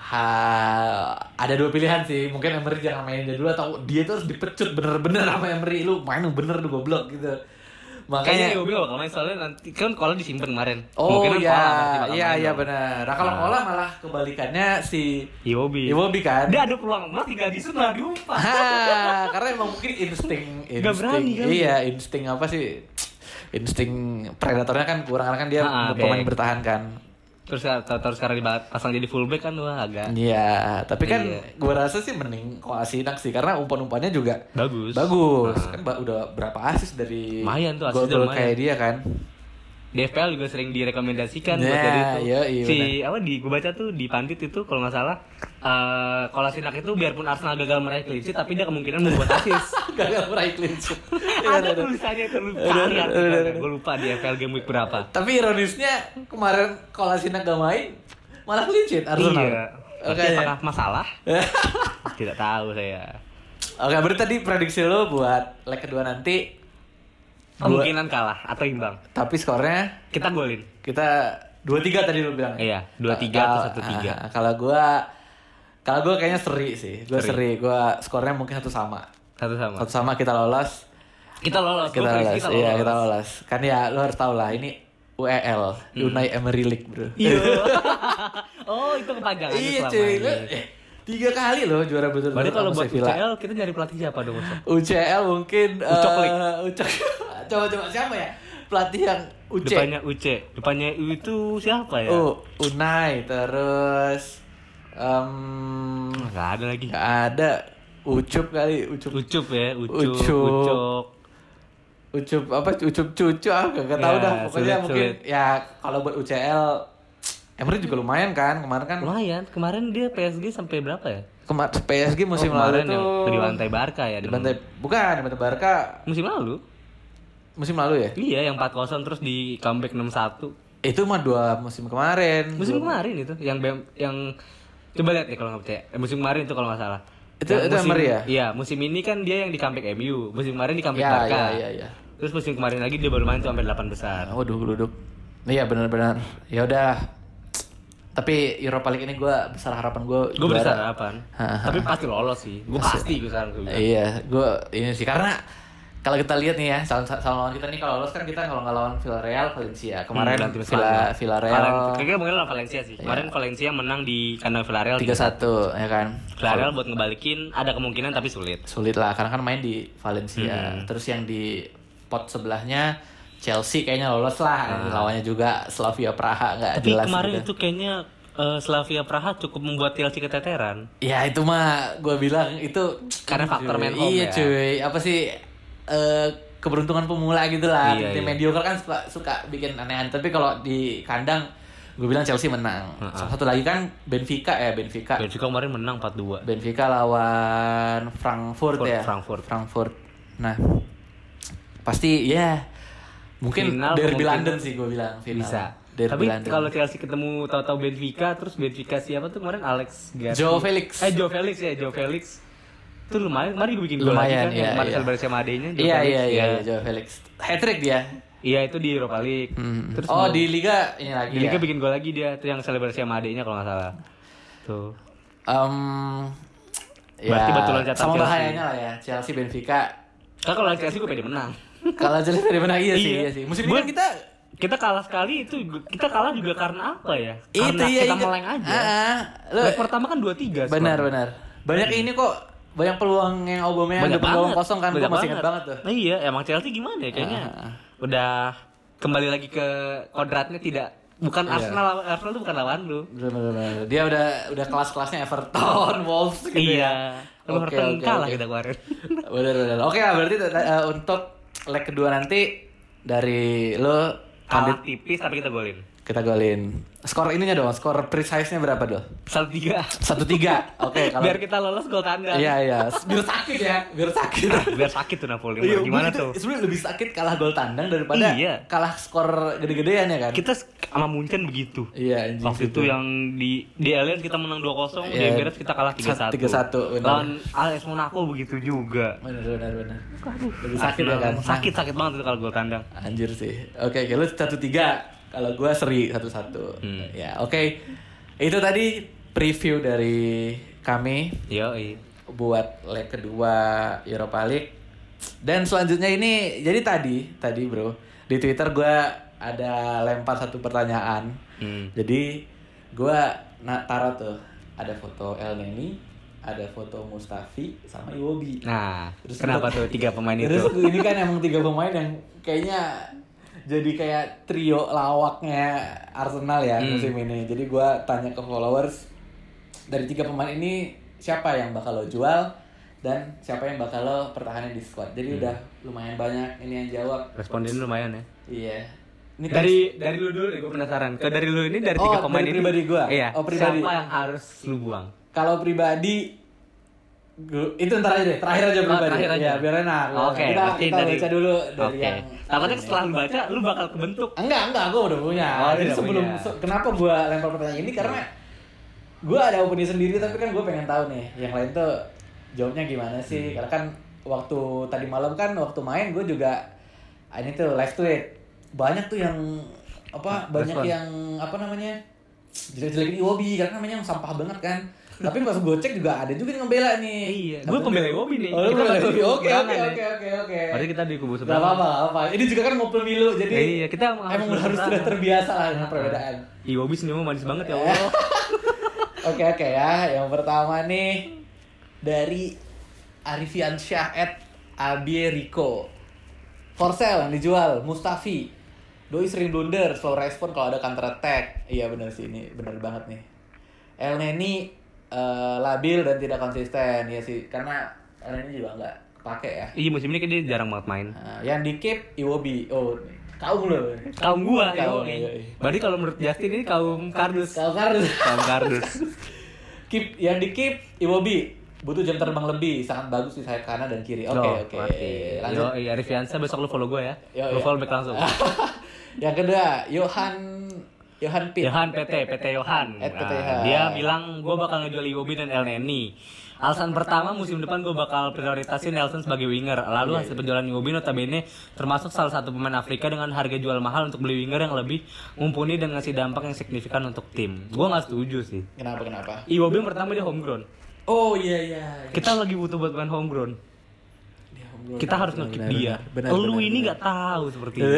S1: ha- ada dua pilihan sih mungkin Emery jangan main dia dulu atau dia tuh harus dipecut bener-bener sama Emery lu main yang bener lu goblok gitu makanya
S2: Kayaknya Iwobi gak bakal main soalnya nanti kan kalau disimpan kemarin.
S1: oh
S2: Kemungkinan
S1: iya
S2: Kola berarti bakal
S1: iya
S2: main
S1: iya
S2: dong.
S1: benar nah kalau
S2: Nah.
S1: Ola malah kebalikannya si
S2: Iwobi.
S1: Iwobi kan?
S2: Dia Iya, ada peluang emas tinggal di sana diumpan.
S1: Ah, karena emang mungkin insting, insting.
S2: Nggak berani kali.
S1: Iya, insting apa sih? Insting predatornya kan kurang karena kan dia
S2: Ah, ah,
S1: pemain
S2: back.
S1: bertahan kan.
S2: Terus terus sekarang dipasang jadi fullback kan wah agak
S1: Iya, tapi kan
S2: Iya.
S1: gue rasa sih mending Koasinak sih karena umpan-umpannya juga
S2: bagus. Ah.
S1: bagus. Kan ba- udah berapa asis dari
S2: Lumayan tuh, assist
S1: gol-gol
S2: lumayan.
S1: kayak dia kan.
S2: DFL juga sering direkomendasikan buat
S1: Nah,
S2: jadi itu.
S1: yoi,
S2: si apa di gue baca tuh di Pandit itu kalau nggak salah eh Kolasinak itu biarpun Arsenal gagal meraih clean sheet tapi dia kemungkinan membuat assist.
S1: Gagal meraih clean sheet.
S2: ada tulisannya itu lu cari
S1: Iya, Aduh, aduh, aduh, aduh.
S2: gue lupa di FL game week berapa.
S1: Tapi ironisnya kemarin Kolasinac gak main, malah clean sheet Arsenal.
S2: Iya. Tapi
S1: Oke.
S2: apakah masalah? Tidak tahu saya.
S1: Oke, berarti tadi prediksi lo buat leg kedua nanti
S2: Kemungkinan kalah atau imbang.
S1: tapi skornya
S2: Kita golin.
S1: kita 2-3 tadi lu bilang.
S2: Iya, 2-3 atau 1-3.
S1: Ah, Kalau gua kalau gua kayaknya seri sih. Gua seri. Gua skornya mungkin satu sama.
S2: Satu sama.
S1: Satu sama kita lolos.
S2: Kita lolos.
S1: Kita
S2: Gua prediksi
S1: lolos.
S2: kita
S1: Iya,
S2: lolos.
S1: kita lolos. Kan ya lu harus tahu lah ini UEL,
S2: Hmm.
S1: Unai Emery League, Bro.
S2: Iya. oh, itu kepanjangan
S1: Iya
S2: Iya, selama
S1: cuy,
S2: ini.
S1: lu- eh, Tiga kali loh juara berturut-turut.
S2: Berarti kalau
S1: sama
S2: buat
S1: Sevilla.
S2: UCL kita nyari pelatih siapa dong? Ustaz?
S1: UCL mungkin
S2: Ucok Lik.
S1: eh, Ucok. Coba-coba siapa ya? Pelatih yang UC.
S2: Depannya UC. Depannya U itu siapa ya?
S1: Oh, Unai terus em
S2: Nggak ada lagi.
S1: nggak ada Ucup kali, Ucup.
S2: Ucup ya, Ucup.
S1: Ucup.
S2: Ucup.
S1: Ucup apa Ucup cucu ah gak, gak tahu
S2: Ya,
S1: dah pokoknya
S2: sulit,
S1: mungkin ya kalau buat UCL Emery juga lumayan kan kemarin kan
S2: Lumayan, kemarin dia PSG sampai berapa ya?
S1: kemar PSG
S2: Oh,
S1: musim lalu
S2: kemarin
S1: itu
S2: yang dibantai Barca ya. di-
S1: dibantai bukan dibantai Barca
S2: Musim lalu?
S1: musim lalu ya
S2: Iya, yang 4-0 terus di comeback 6-1.
S1: itu mah dua musim kemarin
S2: Musim kemarin itu yang BM, yang coba lihat deh kalau nggak percaya. Eh, musim kemarin itu kalau nggak salah.
S1: Itu-
S2: Yang
S1: itu
S2: musim,
S1: Emery ya?
S2: Iya, musim ini kan dia yang di comeback MU. Musim kemarin di comeback
S1: ya
S2: Barca.
S1: ya ya ya Oh,
S2: Terus musim kemarin lagi dia baru main tuh sampai 8 besar.
S1: waduh geluduk iya benar-benar ya udah tapi Europa League ini gue besar harapan gue
S2: Gue besar harapan. Tapi pasti lolos sih. Gue pasti gue saran gue.
S1: Iya, gue ini sih karena kalau kita lihat nih ya, calon calon lawan kita nih kalau lolos kan kita kalau nggak lawan Villarreal, Valencia. Kemarin
S2: Hmm, tim
S1: Villa
S2: Spanyol.
S1: Villarreal
S2: Valen- Kayaknya mungkin lah Valencia sih. Kemarin Valencia menang di kandang Villarreal.
S1: 3-1
S2: gitu.
S1: ya kan.
S2: Villarreal buat ngebalikin ada kemungkinan tapi sulit.
S1: Sulit lah karena kan main di
S2: Hmm.
S1: Valencia. Terus yang di pot sebelahnya Chelsea kayaknya lolos lah. Lawannya juga Slavia Praha nggak
S2: Ah. Tapi
S1: jelas.
S2: kemarin
S1: gitu.
S2: itu kayaknya eh, Slavia Praha cukup membuat Chelsea keteteran.
S1: Ya itu mah gue bilang itu
S2: Karena faktor
S1: Cuy,
S2: man home
S1: Iya
S2: ya.
S1: cuy, apa sih eh, keberuntungan pemula gitu lah.
S2: Iya,
S1: Tim
S2: iya.
S1: mediocre kan suka, suka bikin aneh-aneh. Tapi kalau di kandang gue bilang Chelsea menang. Satu lagi kan Benfica ya Benfica.
S2: Iya. Benfica kemarin menang 4-2.
S1: Benfica lawan Frankfurt
S2: Frankfurt,
S1: ya.
S2: Frankfurt.
S1: Frankfurt. Nah pasti ya mungkin
S2: Final
S1: derby
S2: kemungkinan.
S1: London sih gue bilang final.
S2: Bisa.
S1: Iya. Derby
S2: Tapi
S1: London.
S2: kalau Chelsea ketemu tahu-tahu Benfica terus Benfica siapa tuh kemarin Alex Garcia.
S1: Joe Felix.
S2: Eh Joe Felix ya, Joe Felix. Itu lumayan, kemarin gue bikin gol lagi
S1: Lumayan,
S2: kan yang
S1: iya,
S2: kemarin
S1: iya.
S2: selebrasi sama adenya Joe
S1: Iya
S2: Felix,
S1: iya iya
S2: ya.
S1: iya, Joe Felix. Hat trick dia.
S2: Iya, itu di Europa League. Terus
S1: oh
S2: mau-
S1: di liga ini lagi.
S2: di Liga
S1: ya?
S2: kan bikin gol lagi dia tuh yang selebrasi sama adenya kalau nggak salah. Tuh.
S1: Em, ya,
S2: Berarti batu loncatan
S1: sama
S2: Chelsea.
S1: bahayanya lah ya Chelsea Benfica.
S2: Kan kalau lawan Chelsea gue pede menang.
S1: Kalau Chelsea dari mana iya sih,
S2: Iya.
S1: iya sih. Musim ini
S2: Gua-
S1: kan kita
S2: Kita kalah sekali itu kita kalah juga karena apa ya? Karena
S1: iya,
S2: kita
S1: iya.
S2: meleng aja.
S1: Ah, ah. Lu-
S2: Leg pertama kan 2-3 skor.
S1: benar benar. Banyak ini kok banyak peluang yang Aubameyang ada peluang kosong kan gue
S2: Banyak
S1: masih ingat banget tuh.
S2: Nah, iya, emang Chelsea gimana ya kayaknya? Udah kembali lagi ke kodratnya tidak bukan
S1: Iya.
S2: Arsenal Arsenal itu bukan lawan lu.
S1: Benar benar. Dia udah udah kelas-kelasnya Everton, Wolves gitu ya.
S2: Iya. Lu
S1: Oke,
S2: Everton
S1: oke,
S2: kalah
S1: oke.
S2: kita kemarin.
S1: Benar benar. Oke lah berarti eh, untuk leg kedua nanti dari lo
S2: Kalah tipis tapi kita golin.
S1: kita golin. Skor ininya dong, skor precise-nya berapa dong?
S2: 1-3.
S1: Satu tiga. Oke, kalau
S2: Biar kita lolos gol tandang.
S1: Iya iya, biar sakit ya, biar sakit.
S2: Biar sakit tuh Napoli.
S1: Iya,
S2: Gimana
S1: itu-
S2: tuh?
S1: Sebenarnya lebih sakit kalah gol tandang daripada
S2: Iya.
S1: kalah skor gede-gedean ya kan?
S2: Kita sama Munchen begitu.
S1: Iya, anjing.
S2: Waktu itu yang di di Allianz kita menang 2-0, di
S1: Iya.
S2: Emirates kita kalah 3-1.
S1: 3-1, benar.
S2: Lawan AS Monaco begitu juga.
S1: Benar benar benar. Lebih sakit ya
S2: Arsenal.
S1: kan?
S2: Sakit sakit banget itu kalau gol tandang.
S1: Anjir sih. Oke, oke, lu satu tiga. Kalau gua seri satu satu.
S2: Hmm.
S1: Ya, oke. Itu tadi preview dari kami
S2: Yo,
S1: buat leg kedua Europa League. Dan selanjutnya ini jadi tadi tadi bro di Twitter gua ada lempar satu pertanyaan.
S2: Hmm.
S1: Jadi gua na- taruh tuh ada foto El Neni, ada foto Mustafi sama Iwobi.
S2: Nah,
S1: Terus
S2: kenapa
S1: gua-
S2: tuh tiga pemain
S1: Terus
S2: itu?
S1: ini kan emang tiga pemain yang kayaknya jadi kayak trio lawaknya Arsenal ya
S2: Hmm.
S1: musim ini. Jadi gua tanya ke followers dari tiga pemain ini siapa yang bakal lo jual dan siapa yang bakal lo pertahanin di squad. Jadi
S2: Hmm.
S1: udah lumayan banyak ini yang jawab.
S2: Responden lumayan ya.
S1: Iya. Ini
S2: Dari dari lu dulu deh, gue penasaran. Ke dari lu ini dari
S1: Oh,
S2: tiga pemain
S1: dari
S2: ini
S1: pribadi gua?
S2: Iya.
S1: Oh, pribadi.
S2: Siapa yang harus lu buang?
S1: kalau pribadi gua- itu ntar aja deh, terakhir aja
S2: Oh,
S1: pribadi.
S2: terakhir aja.
S1: Ya, biar enak.
S2: Oke,
S1: kita,
S2: berarti
S1: kita
S2: dari-
S1: baca dulu dari
S2: Oke.
S1: yang
S2: Takutnya setelah lu baca lu bakal kebentuk.
S1: Enggak, enggak, gue udah punya.
S2: Oh,
S1: Jadi
S2: udah
S1: sebelum
S2: punya. Iya.
S1: se- kenapa gue lempar pertanyaan ini karena gue ada opini sendiri tapi kan gue pengen tahu nih yang lain tuh jawabnya gimana
S2: Hmm.
S1: sih karena kan waktu tadi malam kan waktu main gue juga ah, ini tuh live tweet banyak tuh yang apa banyak
S2: Ah, respon.
S1: yang apa namanya jelek-jelekin Iwobi karena namanya yang sampah banget kan tapi pas gue cek juga ada juga yang ngebela nih
S2: Iya, gue pembela Iwobi nih.
S1: Oh, lu
S2: Kita
S1: pembela
S2: masih
S1: Iwobi. oke oke
S2: berseberangan ya.
S1: oke oke oke
S2: Berarti kita di kubu
S1: Gak
S2: sebelah.
S1: apa-apa, gak apa-apa. Ini juga kan ngobrol milu, jadi
S2: Iya, kita emang
S1: emang
S2: harus
S1: harus sudah
S2: bersaudara.
S1: terbiasa lah dengan perbedaan.
S2: ya, Iwobi senyumnya manis banget ya Allah.
S1: Oke oke ya, yang pertama nih dari Arifian Syah at Abie Rico. For sale yang dijual Mustafi. Doi sering blunder, slow respon kalau ada counter attack. Iya benar sih ini, benar banget nih. El Neni eh, labil dan tidak konsisten ya sih, karena El Neni juga nggak kepake ya.
S2: Iya musim ini kan dia jarang banget main.
S1: Eh, yang di keep Iwobi. Oh, kaum lu.
S2: Kaum gua.
S1: Kaum,
S2: yoi.
S1: iya, iya.
S2: Berarti kalau menurut Justin ini kaum kardus.
S1: Kaum harus.
S2: Kaum kardus.
S1: kan? Keep yang di keep Iwobi butuh jam terbang lebih sangat bagus di sayap kanan dan kiri.
S2: Oh,
S1: Oke oke. Lanjut.
S2: Yo, Arif Yansa besok lu follow gue ya.
S1: Yo,
S2: lu
S1: iya.
S2: follow back langsung.
S1: yang kedua Johan Johan Pit.
S2: Johan PT, PT Johan.
S1: Eh, PT
S2: Nah,
S1: Johan.
S2: dia bilang gue bakal ngejual Iwobi dan El Neni. Alasan pertama musim depan gue bakal prioritasin Nelson sebagai winger.
S1: Iya,
S2: Lalu hasil penjualan Iwobi notabene termasuk salah satu pemain Afrika dengan harga jual mahal untuk beli winger yang lebih mumpuni dan ngasih dampak yang signifikan untuk tim. Gue nggak setuju sih.
S1: Kenapa kenapa?
S2: Iwobi yang pertama dia homegrown.
S1: Oh iya iya.
S2: Kita lagi butuh buat main homegrown.
S1: Dia homegrown.
S2: Kita harus ngekip
S1: benar,
S2: dia.
S1: benar,
S2: Lu
S1: benar, Eh.
S2: ini nggak tahu seperti itu.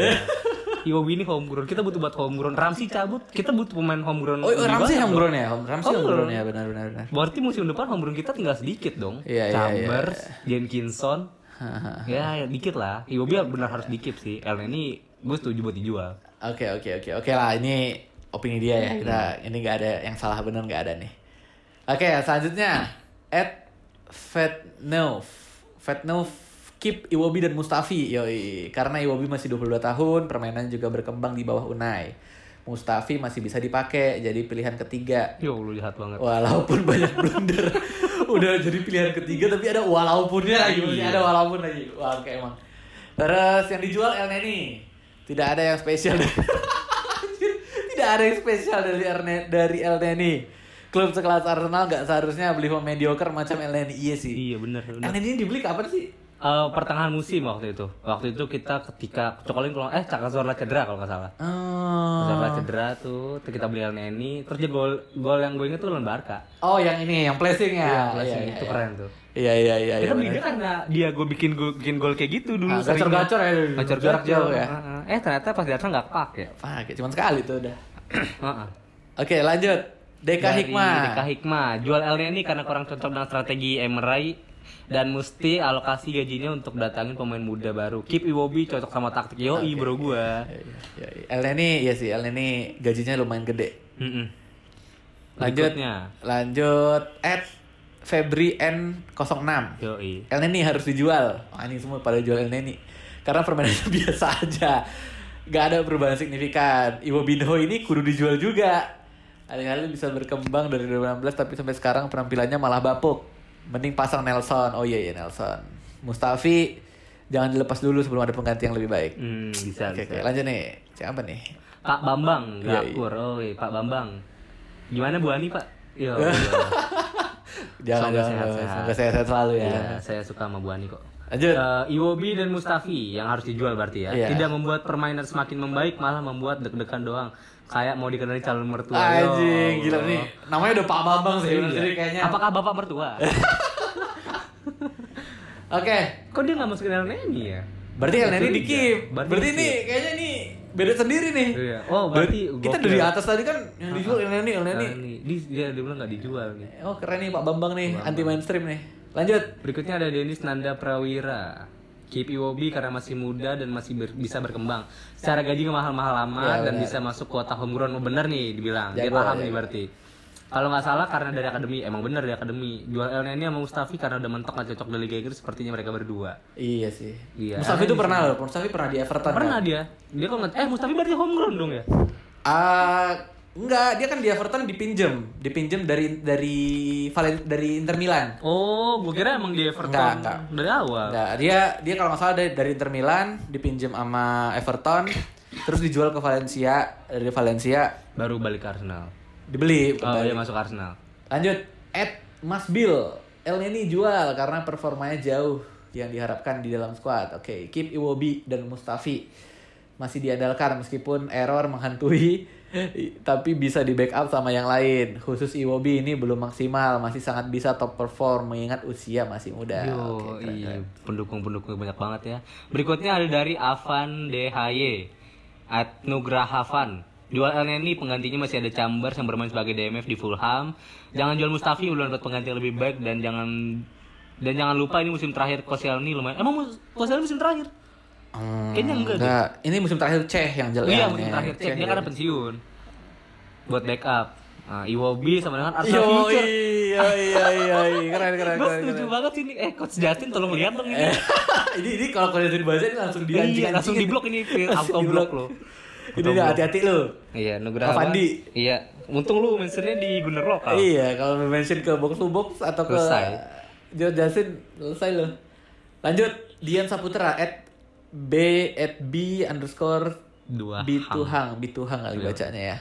S2: Iwobi ini homegrown. Kita butuh buat homegrown. Ramsi cabut. Kita butuh pemain homegrown.
S1: Oh, oh
S2: lebih
S1: Ramsey
S2: banyak.
S1: homegrown ya, Home- Ramsey
S2: Oh,
S1: homegrown ya benar benar benar.
S2: Berarti musim depan homegrown kita tinggal sedikit dong.
S1: Iya, iya,
S2: Chambers, Jenkinson. ya, ya, dikit lah. Iwobi benar harus dikit sih. El ini gue setuju buat dijual.
S1: Oke oke oke oke lah ini opini dia ya kita ini nggak ada yang salah benar nggak ada nih. Oke selanjutnya at Vetnov Vetnov keep Iwobi dan Mustafi yoi karena Iwobi masih 22 tahun permainan juga berkembang di bawah Unai. Mustafi masih bisa dipakai jadi pilihan ketiga
S2: Yo, lu Ya jahat
S1: Oh.
S2: banget.
S1: walaupun banyak blunder udah jadi pilihan ketiga tapi ada walaupunnya lagi
S2: Iya.
S1: masih ada walaupun lagi wah oke emang terus yang dijual El Neni tidak ada yang spesial dari- Anjir, tidak ada yang spesial dari Erne- dari El Neni klub sekelas Arsenal nggak seharusnya beli pemain mediocre macam El Neni iya sih
S2: Iya bener. bener.
S1: El Neni ini dibeli kapan sih
S2: Eh, pertengahan musim waktu itu. Waktu itu kita ketika Cokolin kalau eh Cakazorla cedera kalau nggak salah.
S1: oh.
S2: Cakazorla cedera tuh, terus kita beli El Neni, terus dia gol gol yang gue inget tuh lawan Barca.
S1: oh yang ini yang placing ya
S2: Iya,
S1: Iya,
S2: itu keren tuh.
S1: iya iya iya iya
S2: Kita beli dia karena dia gue bikin gue bikin gol kayak gitu dulu.
S1: Ah, gacor-gacor ya dulu.
S2: Gacor
S1: Jarak jauh ya.
S2: Eh ternyata pas datang nggak kepake.
S1: pakai cuman sekali tuh udah
S2: Heeh.
S1: oke lanjut Deka
S2: Dari
S1: Hikmah
S2: Deka Hikmah. Jual El Neni karena kurang cocok dengan strategi Emery dan mesti alokasi gajinya untuk datangin pemain muda baru. Keep Iwobi cocok sama taktik Yoi bro gua.
S1: Ya, ya. El Neni ya sih, El Neni gajinya lumayan gede.
S2: Mm-mm.
S1: Lanjut.
S2: Berikutnya.
S1: Lanjut at Febri N06.
S2: Yoi.
S1: El Neni harus dijual. Wah, ini semua pada jual El Neni. Karena permainannya biasa aja. Gak ada perubahan signifikan. Iwo Binho ini kudu dijual juga. Alih-alih bisa berkembang dari 2016 tapi sampai sekarang penampilannya malah bapuk. Mending pasang Nelson. Oh iya iya Nelson. Mustafi jangan dilepas dulu sebelum ada pengganti yang lebih baik.
S2: Hmm, bisa,
S1: Oke, oke,
S2: bisa.
S1: lanjut nih. Siapa nih?
S2: Pak Bambang,
S1: Iya,
S2: Gakur. Oi, Pak Bambang. Gimana Bu Ani, Pak? Iya, Yo.
S1: Iya.
S2: yo.
S1: Jangan,
S2: Semoga
S1: jangan.
S2: sehat-sehat.
S1: Semoga sehat-sehat Iya, selalu ya.
S2: Iya, saya suka sama Bu Ani kok.
S1: Lanjut.
S2: Eh, Iwobi dan Mustafi yang harus dijual berarti ya.
S1: Iya.
S2: Tidak membuat permainan semakin membaik, malah membuat deg-degan doang. Kayak mau dikenali calon mertua.
S1: Anjing,
S2: Yo.
S1: gila Iya. nih. Namanya udah Pak Bambang sih,
S2: Iya.
S1: bener sih kayaknya.
S2: Apakah bapak mertua?
S1: Oke.
S2: Kok dia nggak masukin El Neni ya?
S1: Berarti El Neni
S2: Curiga.
S1: di keep.
S2: Berarti
S1: Iya, Berarti
S2: di
S1: ini kayaknya nih beda sendiri nih.
S2: Iya. Oh, berarti
S1: kita
S2: gokil.
S1: dari atas tadi kan yang dijual El Neni, El
S2: El
S1: Neni.
S2: Neni. Dia, dia, dia bilang nggak dijual nih.
S1: Oh, keren nih Pak Bambang nih, anti mainstream nih. Lanjut.
S2: Berikutnya ada Denis Nanda Prawira. Keep Iwobi karena masih muda dan masih ber- bisa berkembang. Secara gaji nggak mahal-mahal amat dan bisa masuk kuota homegrown. Oh, Bener nih dibilang. Dia
S1: Jago,
S2: paham nih berarti. Kalau nggak salah karena dari akademi, emang bener dari akademi. Jual El Neni sama Mustafi karena udah mentok nggak cocok di Liga Inggris sepertinya mereka berdua.
S1: Iya sih.
S2: Iya.
S1: Mustafi itu pernah loh, Mustafi pernah di Everton.
S2: Pernah
S1: kan?
S2: dia, dia kalau nggak- eh Mustafi berarti homegrown dong ya?
S1: Ah, enggak, dia kan di Everton dipinjem, dipinjem dari dari Valen- dari Inter Milan.
S2: Oh, gue kira emang dia Everton
S1: Nggak, nggak.
S2: dari awal.
S1: Nah, dia dia kalau nggak salah dari, dari Inter Milan dipinjam sama Everton, terus dijual ke Valencia, dari Valencia
S2: Baru balik ke Arsenal.
S1: dibeli.
S2: Oh,
S1: kembali.
S2: dia masuk Arsenal.
S1: Lanjut, at Mas Bill, El Neni jual karena performanya jauh yang diharapkan di dalam squad. Oke, keep Iwobi dan Mustafi masih diandalkan meskipun error menghantui tapi bisa di backup sama yang lain. Khusus Iwobi ini belum maksimal, masih sangat bisa top perform mengingat usia masih muda.
S2: Yo,
S1: Oke, keren,
S2: iya,
S1: keren.
S2: pendukung-pendukung banyak banget ya. Berikutnya ada dari Avan DHY, at Nugrahavan. Jual Elneny penggantinya masih ada Chambers yang bermain sebagai DMF di Fulham. Jangan jual Mustafi udah dapat pengganti yang lebih baik dan jangan dan jangan lupa ini musim terakhir Koscielny lumayan. Emang mus- Koscielny musim terakhir?
S1: Hmm,
S2: Kayaknya enggak deh.
S1: Ini musim terakhir Ceh yang
S2: Oh
S1: jelek.
S2: iya musim terakhir
S1: Ceh gitu.
S2: cek dia karena pensiun. Buat backup. Nah, Iwobi sama dengan Arsenal
S1: Yo,
S2: Future.
S1: iya, iya, iya, iya, keren, keren,
S2: Gue
S1: keren.
S2: setuju
S1: keren.
S2: banget ini. Eh coach Justin tolong lihat dong ini.
S1: Eh, ini, ini kalau kalau dari bahasa ini langsung di
S2: Iya, langsung di blok ini
S1: Langsung
S2: auto blok
S1: di-block.
S2: lo.
S1: Ini dah, hati-hati lo.
S2: Iya, Nugraha.
S1: Avandi.
S2: Iya, untung lu mentionnya di Gunner Lokal.
S1: Iya, kalau mention ke box to box atau ke
S2: Oh. Selesai.
S1: Joe Justin selesai lo. Lanjut Dian Saputra at B at B underscore
S2: Dua Iya.
S1: B Tuhang, B Tuhang kali bacanya ya.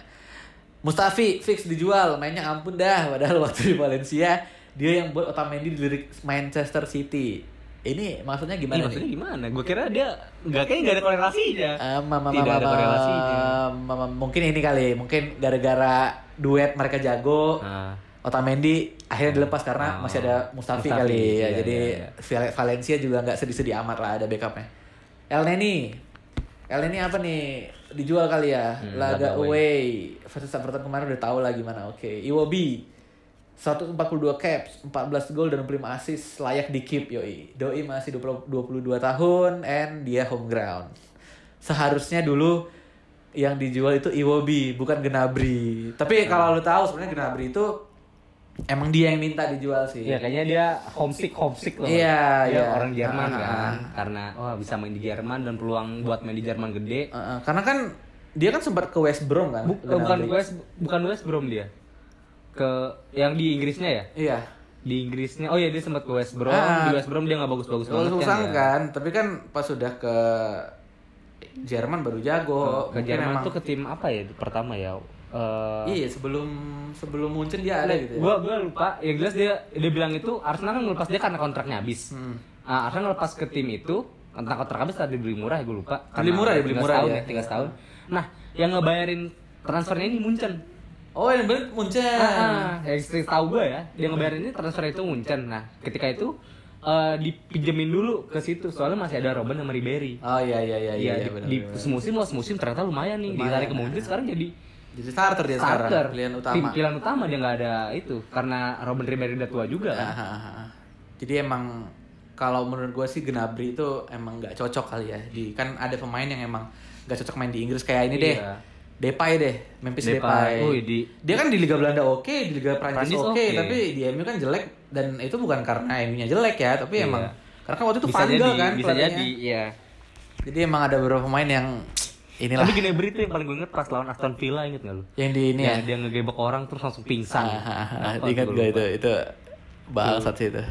S1: Mustafi fix dijual, mainnya ampun dah. Padahal waktu di Valencia dia yang buat Otamendi dilirik Manchester City. Ini maksudnya
S2: Ini
S1: gimana
S2: maksudnya
S1: nih?
S2: gimana? Gue kira dia nggak kayaknya nggak ada korelasinya.
S1: Eh, mama,
S2: Tidak
S1: mama,
S2: ada korelasinya.
S1: mama, mungkin ini kali, ya. mungkin gara-gara duet mereka jago,
S2: Nah,
S1: Otamendi akhirnya dilepas karena
S2: Oh.
S1: masih ada Mustafi,
S2: Mustafi,
S1: kali ya.
S2: iya,
S1: Jadi
S2: iya,
S1: Val- Valencia juga nggak sedih-sedih amat lah ada backupnya. El Neni, El Neni apa nih? Dijual kali ya?
S2: Hmm,
S1: Laga
S2: laga
S1: away versus Everton kemarin udah tahu lah gimana. Oke, Iwobi 142 caps, 14 gol dan 5 assist layak di keep yoi. Doi masih 20 22 tahun and dia home ground. Seharusnya dulu yang dijual itu Iwobi bukan Genabri. Tapi kalau lu tahu sebenarnya Genabri itu emang dia yang minta dijual sih.
S2: Iya, kayaknya dia homesick homesick loh.
S1: Iya,
S2: Dia
S1: iya.
S2: orang
S1: Ah,
S2: Jerman kan,
S1: ah.
S2: karena wah bisa main di Jerman dan peluang buat main di Jerman gede.
S1: Uh, uh, karena kan dia kan sempat ke West Brom kan.
S2: Buk-
S1: Gnabry.
S2: Ah, eh, bukan West, bukan West Brom dia. Ke yang di Inggrisnya ya?
S1: Iya.
S2: Di Inggrisnya. Oh iya, dia sempat ke West Brom.
S1: Ah.
S2: di West Brom dia nggak bagus-bagus
S1: Kalau
S2: banget
S1: susah
S2: ya.
S1: kan, tapi kan pas sudah ke Jerman baru jago.
S2: Ke
S1: Mungkin
S2: Jerman
S1: emang-
S2: tuh ke tim apa ya pertama ya? Eh,
S1: Iya, sebelum sebelum Munchen dia ada gitu. Ya.
S2: gua gua lupa yang jelas dia dia bilang itu Arsenal kan ngelepas dia karena kontraknya habis
S1: Hmm.
S2: Ah, Arsenal ngelepas ke tim itu tentang kontrak habis tadi beli murah ya gue lupa
S1: Beli murah ya, beli murah
S2: tahun
S1: ya.
S2: ya tiga tahun nah yang ngebayarin transfernya ini Munchen
S1: Oh, yang bener Munchen.
S2: ah, ah. yang istri tahu gue ya yang ngebayarin ini transfer itu Munchen nah ketika itu eh, dipijemin dulu ke situ soalnya masih ada Robben sama Ribery
S1: Oh iya iya iya iya,
S2: Iya,
S1: iya
S2: di,
S1: benar.
S2: di semusim loh semusim ternyata lumayan nih
S1: Lumayan. ya.
S2: ditarik ke Munchen sekarang jadi
S1: Jadi starter dia sekarang,
S2: starter.
S1: pilihan
S2: Tim-
S1: utama.
S2: pilihan utama dia nggak ada itu karena Robben Ribery udah tua juga kan
S1: Ah, ah, ah. Jadi emang kalau menurut gue sih Gnabry itu emang nggak cocok kali ya. Di kan ada pemain yang emang nggak cocok main di Inggris kayak ini deh.
S2: Iya.
S1: Depay deh, Memphis
S2: Depay.
S1: Depay.
S2: Oh, di-
S1: Dia kan di Liga Belanda oke, di Liga Prancis
S2: Prancis
S1: oke,
S2: oke.
S1: tapi di MU kan jelek dan itu bukan karena MU-nya jelek ya, tapi
S2: Iya.
S1: emang karena kan waktu itu
S2: bisa
S1: Van
S2: jadi
S1: Gaal kan
S2: bisa
S1: pelatihnya.
S2: jadi iya
S1: Jadi emang ada beberapa pemain yang inilah
S2: tapi Gnabry itu yang paling gue inget pas lawan Aston Villa inget gak lu
S1: yang di ini ya.
S2: Yang dia ngegebek orang terus langsung pingsan
S1: Ah, ah, ah,
S2: Kenapa
S1: Ingat
S2: tuh
S1: gue
S2: lu?
S1: itu, itu bangsat sih itu.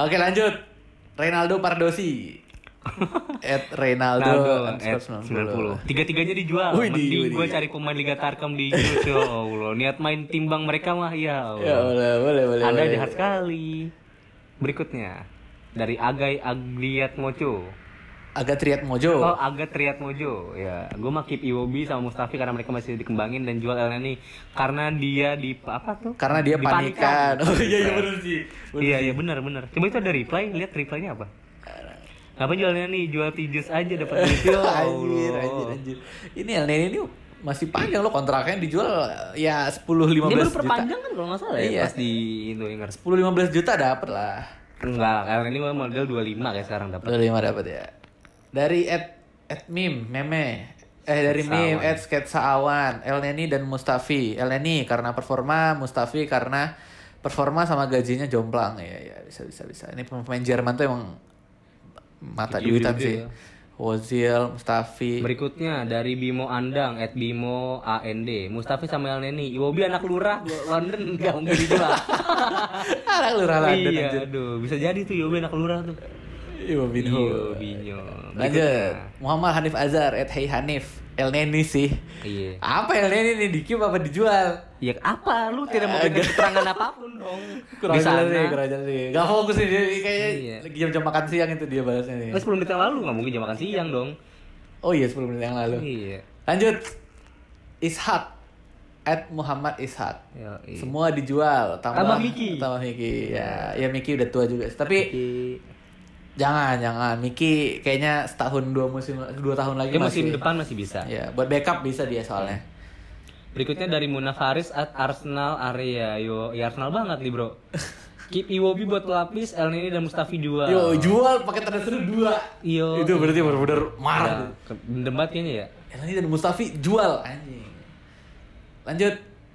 S1: Oke lanjut, Reynaldo Pardosi. At
S2: Ronaldo
S1: Reynaldo
S2: at
S1: 90.
S2: 90. Tiga-tiganya dijual.
S1: Wih, di-
S2: Mending gue
S1: wih.
S2: cari pemain Liga Tarkam di Inggris. ya Allah, niat main timbang mereka mah ya
S1: Ya
S2: Allah.
S1: boleh, boleh, boleh.
S2: Anda
S1: boleh.
S2: jahat sekali. Berikutnya dari Agai Agliat Mojo.
S1: Agak triat mojo.
S2: Oh, agak Triat Mojo. Ya, gue mah keep Iwobi sama Mustafi karena mereka masih dikembangin dan jual Elneny karena dia di apa tuh?
S1: Karena dia
S2: Dipanikan.
S1: panikan. Oh iya, iya bener sih.
S2: Iya, iya benar benar. Coba itu ada reply, lihat reply-nya apa? Apa jualnya nih? Jual tijus aja dapat duit. Ya
S1: anjir,
S2: Allah.
S1: anjir, anjir. Ini El Nene ini masih panjang loh kontraknya dijual ya 10 15
S2: Dia baru
S1: juta.
S2: perpanjang kan kalau nggak salah
S1: Iya.
S2: ya pas di Indo
S1: 10
S2: Inggris.
S1: 15 juta dapat lah.
S2: Enggak, Elneny mah model 25 kayak sekarang dapat.
S1: 25 dapat ya. Dari at at meme, meme. Eh dari meme at sketsa awan, El Neni dan Mustafi. El Neni karena performa, Mustafi karena performa sama gajinya jomplang. Ya ya bisa bisa bisa. Ini pemain Jerman tuh emang mata
S2: Gede-gede
S1: duitan sih.
S2: ya.
S1: Wozil, Mustafi.
S2: Berikutnya dari Bimo Andang at Bimo AND. Mustafi sama Elneny, Iwobi anak lurah London nggak mungkin dijual.
S1: Anak lurah London
S2: iya,
S1: anjir.
S2: aduh, bisa jadi tuh Iwobi anak lurah tuh.
S1: Iwo
S2: Iya.
S1: Bin Ho.
S2: Binyo.
S1: Lanjut. Muhammad Hanif Azhar at Hey Hanif. El Neni sih.
S2: Iya.
S1: Apa El Neni nih dikip apa dijual?
S2: Ya apa lu tidak mau
S1: Agak.
S2: dengar keterangan apapun dong.
S1: kurang
S2: Di
S1: ajar
S2: sana.
S1: sih, kurang ajar sih. Gak fokus sih dia kayaknya
S2: nah. Iya.
S1: lagi jam-jam makan siang itu dia bahasnya nih.
S2: Terus 10 menit yang lalu nggak mungkin jam makan siang dong.
S1: Oh iya 10 menit yang lalu.
S2: Iya.
S1: Lanjut. Ishak at Muhammad Ishak.
S2: Ya, iya.
S1: Semua dijual tambah,
S2: Tambah Iya. Miki.
S1: Tambah Miki. Ya, ya Miki udah tua juga. sih. Tapi
S2: Oke.
S1: jangan jangan Miki kayaknya setahun dua musim dua tahun lagi
S2: Ya, musim
S1: masih.
S2: depan masih bisa.
S1: Ya, buat backup bisa dia soalnya.
S2: Berikutnya dari Munaf Haris at Arsenal area. Yo, ya Arsenal banget nih, Bro. Keep Iwobi buat pelapis, El Nini dan Mustafi dua.
S1: Yo jual pakai transfer dua.
S2: Yo.
S1: Itu berarti benar-benar marah.
S2: Ya,
S1: tuh.
S2: ke- Dendam banget kayaknya ya.
S1: Elneny dan Mustafi jual anjing. Lanjut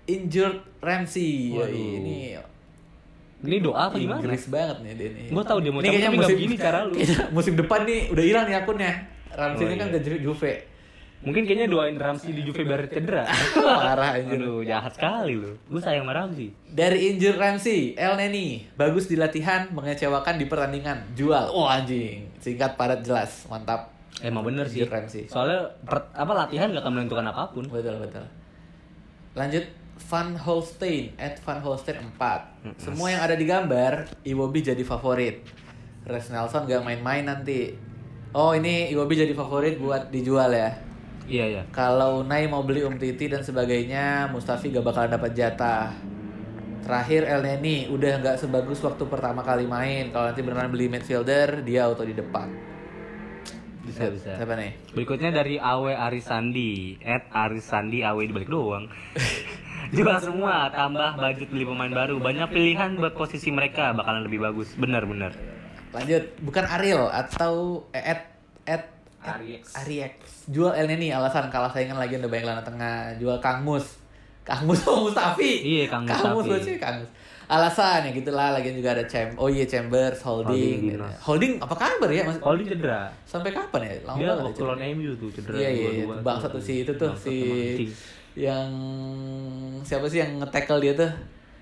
S1: injured Ramsey. Yoi,
S2: Waduh.
S1: ini
S2: Ini doa apa gimana?
S1: Inggris banget nih dia nih.
S2: Gua tahu dia
S1: Ini
S2: mau cabut,
S1: kayaknya
S2: tapi nggak
S1: musim
S2: begini cara lu.
S1: kayaknya musim depan nih udah hilang nih akunnya. Ramsey
S2: Oh,
S1: ini kan
S2: iya.
S1: udah jadi Juve.
S2: Mungkin kayaknya doain Ramsey di Juve biar cedera.
S1: Parah anjir. iya.
S2: Aduh, jahat sekali lu. Gue sayang sama Ramsey.
S1: Dari injured Ramsey, El Neni bagus di latihan, mengecewakan di pertandingan. Jual. Oh anjing. Singkat padat jelas. Mantap.
S2: Eh, Emang bener sih.
S1: Jujur, Ramsey.
S2: Soalnya per- apa latihan gak akan menentukan apapun.
S1: Betul betul. Lanjut Van Holstein at Van Holstein 4. Semua yang ada di gambar Iwobi jadi favorit. Res Nelson gak main-main nanti. Oh ini Iwobi jadi favorit buat dijual ya.
S2: Iya, iya.
S1: Kalau Unai mau beli Umtiti dan sebagainya, Mustafi gak bakalan dapat jatah. Terakhir El Neni udah nggak sebagus waktu pertama kali main. Kalau nanti beneran beli midfielder, dia auto di depan.
S2: Bisa, bisa.
S1: Siapa nih?
S2: Berikutnya dari Awe Arisandi, at Arisandi Awe dibalik doang. Jual semua, tambah budget beli pemain baru, banyak pilihan buat posisi mereka bakalan lebih bagus, benar-benar.
S1: Lanjut, bukan Ariel atau eh, at at Ariex jual El Neni alasan kalah saingan lagi ada banyak lana tengah jual Kang Mus Kang Mus oh Mustafi
S2: Iya, Kang
S1: Mus lucu
S2: Mustafi.
S1: Kang Mus alasan ya gitulah lagi juga ada Cham oh iya Chambers
S2: Holding,
S1: Holding
S2: iya. Dinos.
S1: Holding apa kabar ya Mas
S2: Oli cedera.
S1: sampai kapan ya lama
S2: Dia
S1: banget
S2: waktu
S1: ya,
S2: lawan MU tuh cedera.
S1: Iya iya iya.
S2: dua-dua tuh.
S1: bangsa tuh si itu tuh
S2: Bangsat
S1: si
S2: mancing.
S1: yang siapa sih yang nge-tackle dia tuh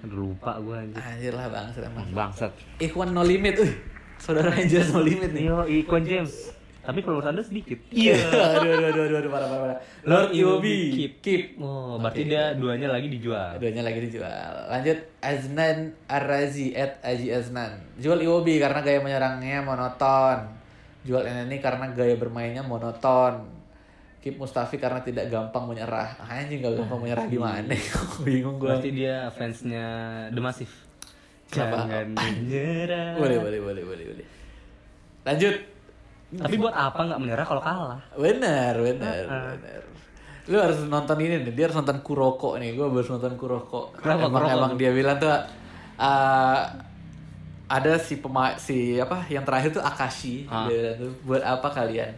S2: Aduh, lupa gua anjir.
S1: anjir lah bangsa emang
S2: Bangsat.
S1: Ikhwan No Limit uh saudara Rangers No Limit nih
S2: Yo, Icon James. Tapi followers Anda sedikit.
S1: Iya, aduh, aduh, aduh, aduh, aduh, parah, parah, parah. Lord Iwobi,
S2: Keep.
S1: keep.
S2: Oh, berarti dia duanya lagi dijual.
S1: Keduanya lagi dijual. Lanjut Aznan Arazi at Aji Aznan. Jual Iwobi karena gaya menyerangnya monoton. Jual ini karena gaya bermainnya monoton. Keep Mustafi karena tidak gampang menyerah. Anjing gak gampang menyerah gimana? Bingung gue.
S2: Berarti dia fansnya The Massive.
S1: Kenapa?
S2: Jangan menyerah.
S1: Boleh, boleh, boleh, boleh, boleh. Lanjut.
S2: Tapi buat apa nggak menyerah kalau kalah?
S1: Bener, bener, bener. Lu harus nonton ini nih, dia harus nonton Kuroko nih. Gue baru nonton Kuroko.
S2: Kenapa
S1: emang,
S2: Kuroko?
S1: emang dia bilang tuh eh, ada si pema si apa yang terakhir tuh Akashi. Dia bilang tuh buat apa kalian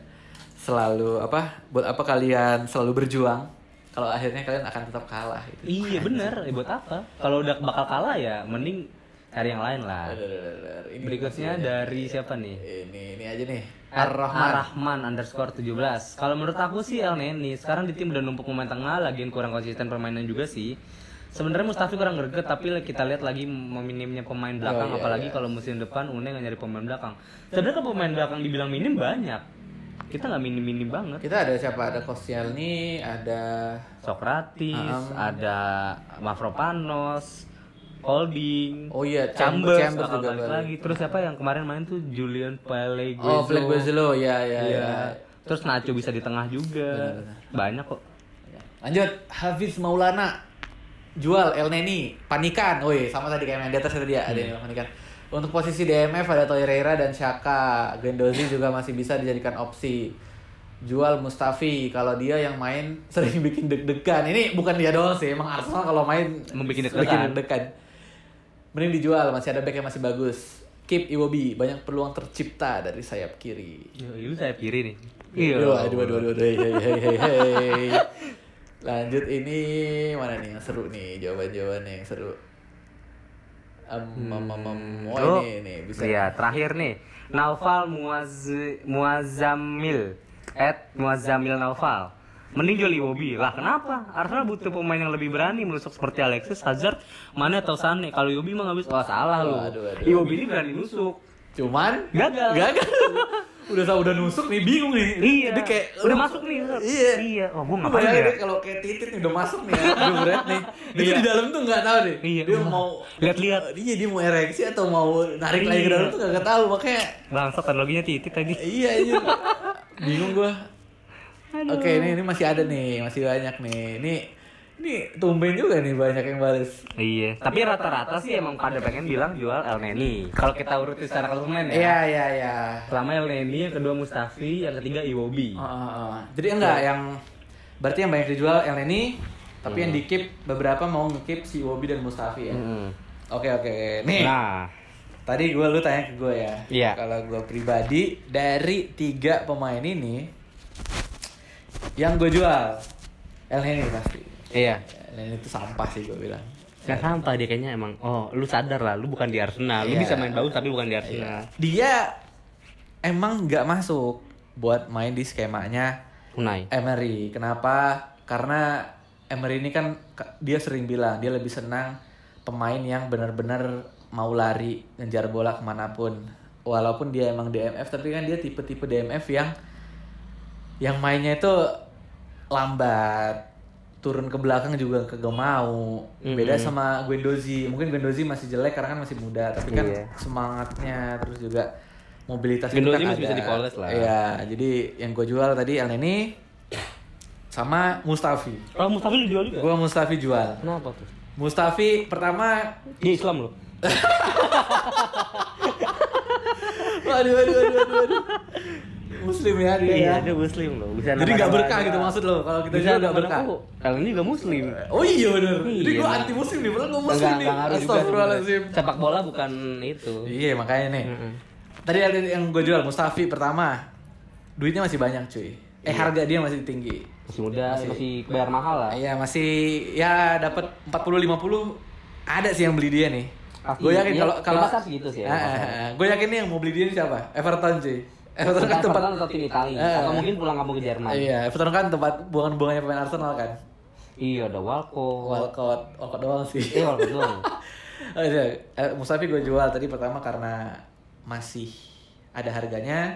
S1: selalu apa? Buat apa kalian selalu berjuang kalau akhirnya kalian akan tetap kalah gitu.
S2: Iya bener, ya buat apa? Kalau udah bakal kalah ya mending cari yang lain lah.
S1: Bener, bener, bener. Ini
S2: Berikutnya dari siapa nih?
S1: ini ini aja nih.
S2: Eh, Ar-Rahman.
S1: Ar-Rahman.
S2: underscore 17 Kalau menurut aku sih El Neni Sekarang di tim udah numpuk pemain tengah Lagian kurang konsisten permainan juga sih Sebenarnya Mustafi kurang greget tapi kita lihat lagi meminimnya pemain
S1: Oh,
S2: belakang
S1: iya,
S2: apalagi kalau musim depan Unai nggak nyari pemain belakang. Sebenarnya kalau pemain belakang dibilang minim banyak. Kita nggak minim-minim banget.
S1: Kita ada siapa? Ada Koscielny, ada
S2: Sokratis,
S1: Ah,
S2: ada Mafropanos, Holding,
S1: Oh iya,
S2: Chambers,
S1: Chambers
S2: bakal
S1: juga
S2: balik
S1: balik.
S2: lagi. Terus siapa yang kemarin main tuh Julian
S1: Oh,
S2: Pellegrino.
S1: Black Bezelo, ya ya
S2: Iya.
S1: ya.
S2: Terus Nacho bisa di tengah juga. Banyak kok.
S1: ya. Lanjut, Hafiz Maulana jual El Neni, panikan. Woi, sama tadi kayak yang di atas tadi ya,
S2: Iya.
S1: ada yang bilang panikan. Untuk posisi DMF ada Torreira dan Shaka. Gendozi juga masih bisa dijadikan opsi. Jual Mustafi kalau dia yang main sering bikin deg-degan. Ini bukan dia doang sih, emang Arsenal kalau main
S2: Emang bikin deg-degan.
S1: deg-degan. Mending dijual, masih ada back yang masih bagus. Keep Iwobi, banyak peluang tercipta dari sayap kiri.
S2: Yo, lu saya kiri nih. Iya.
S1: Yo, aduh, aduh, aduh, aduh, hey, hey, hey, hey, hey. Lanjut ini mana nih yang seru nih jawaban-jawabannya yang seru. Em, em, em, em.
S2: Tuh.
S1: oh ini ini bisa.
S2: Hmm. Iya, terakhir nih. Naufal Muaz Muazzamil at Muazzamil Naufal. Mending jual Iwobi lah. Kenapa? Arsenal butuh pemain yang lebih berani menusuk seperti Alexis Hazard, Mane atau Sane. Kalau Iwobi mah nggak bisa. Wah salah lu.
S1: Aduh, aduh.
S2: Iwobi ini berani nusuk.
S1: Cuman
S2: Gagal.
S1: gagal. udah sa- udah nusuk nih bingung nih.
S2: Iya.
S1: Dia kayak
S2: udah masuk nih. Hazard.
S1: Iya.
S2: Iya. Oh, gua
S1: Lu
S2: ngapain
S1: bayangin
S2: ya?
S1: deh kalau kayak titit nih udah masuk nih, ya, udah berat nih. Dia
S2: Iya.
S1: tuh di dalam tuh nggak tahu deh.
S2: Iya.
S1: Dia
S2: Wah.
S1: mau
S2: Lihat-lihat.
S1: Iya dia mau ereksi atau mau narik lagi ke
S2: Iya.
S1: dalam tuh nggak tahu makanya
S2: Bangsat analoginya titik tadi.
S1: iya iya bingung gua oke ini ini masih ada nih masih banyak nih ini ini tumben juga nih banyak yang balas
S2: Iya, tapi rata-rata sih emang pada pengen bilang jual El Neni. Kalau kita urutin secara keseluruhan ya.
S1: iya iya iya
S2: Pertama El Neni, yang kedua Mustafi, yang ketiga Iwobi.
S1: Oh, oh, oh. jadi enggak yang berarti yang banyak dijual El Neni Tapi yang di keep beberapa mau nge-keep si Wobi dan Mustafi ya.
S2: Iya. Hmm.
S1: Oke oke. Nih.
S2: Nah,
S1: Tadi gue lu tanya ke gue ya.
S2: Iya.
S1: Kalau gue pribadi dari tiga pemain ini yang gue jual El Neni pasti.
S2: iya.
S1: El Neni itu sampah sih gue bilang.
S2: Gak sampah dia kayaknya emang. Oh, lu sadar lah, lu bukan di Arsenal. Lu
S1: Iya.
S2: bisa main bagus tapi bukan di Arsenal.
S1: Dia emang nggak masuk buat main di skemanya
S2: Unai.
S1: Emery. Kenapa? Karena Emery ini kan ke- dia sering bilang dia lebih senang pemain yang benar-benar mau lari ngejar bola kemanapun. Walaupun dia emang DMF, tapi kan dia tipe-tipe DMF yang yang mainnya itu lambat, turun ke belakang juga kagak mau. Beda sama Guendouzi. Mungkin Guendouzi masih jelek karena kan masih muda, tapi kan
S2: Iya.
S1: semangatnya terus juga mobilitas itu
S2: Guendouzi
S1: kan
S2: masih bisa
S1: ada.
S2: dipoles lah.
S1: Iya, jadi yang gue jual tadi El Neni sama Mustafi.
S2: Oh, Mustafi lu jual juga?
S1: Gue Mustafi jual.
S2: Kenapa tuh?
S1: Mustafi pertama,
S2: Dia Islam loh.
S1: waduh, waduh, waduh, waduh, waduh. Muslim ya dia ya.
S2: Iya. dia Muslim loh. Bisa
S1: Jadi nggak berkah gitu maksud lo kalau kita jual nggak berkah.
S2: Kalau ini juga Muslim.
S1: Oh iya bener. Jadi
S2: Iya.
S1: gue anti muslim nih, padahal gue muslim
S2: Enggak,
S1: nih.
S2: enggak ngaruh juga.
S1: Astagfirullahaladzim.
S2: sebenarnya. Sepak bola bukan itu.
S1: Iya makanya nih. Tadi ada yang gue jual Mustafi pertama. Duitnya masih banyak cuy. Eh harga dia masih tinggi.
S2: Masih muda, masih, bayar mahal lah.
S1: Iya masih ya dapat 40 50 ada sih yang beli dia nih.
S2: Ah,
S1: gue
S2: iya,
S1: yakin
S2: iya.
S1: kalau
S2: Di
S1: kalau Ah,
S2: pasar segitu sih ya, di pasar.
S1: gue yakin nih yang mau beli dia ini siapa? Everton cuy. Everton kan
S2: Entah
S1: tempat
S2: Arsenal atau tim Itali.
S1: Eh.
S2: Atau mungkin pulang kampung ke Jerman.
S1: Iya, Everton kan tempat buangan-buangannya pemain Arsenal kan.
S2: Iya, ada Walcott.
S1: Walcott, Walcott doang sih.
S2: Eh, Walcott doang.
S1: Oh, iya. Eh, Mustafi gue jual tadi pertama karena masih ada harganya.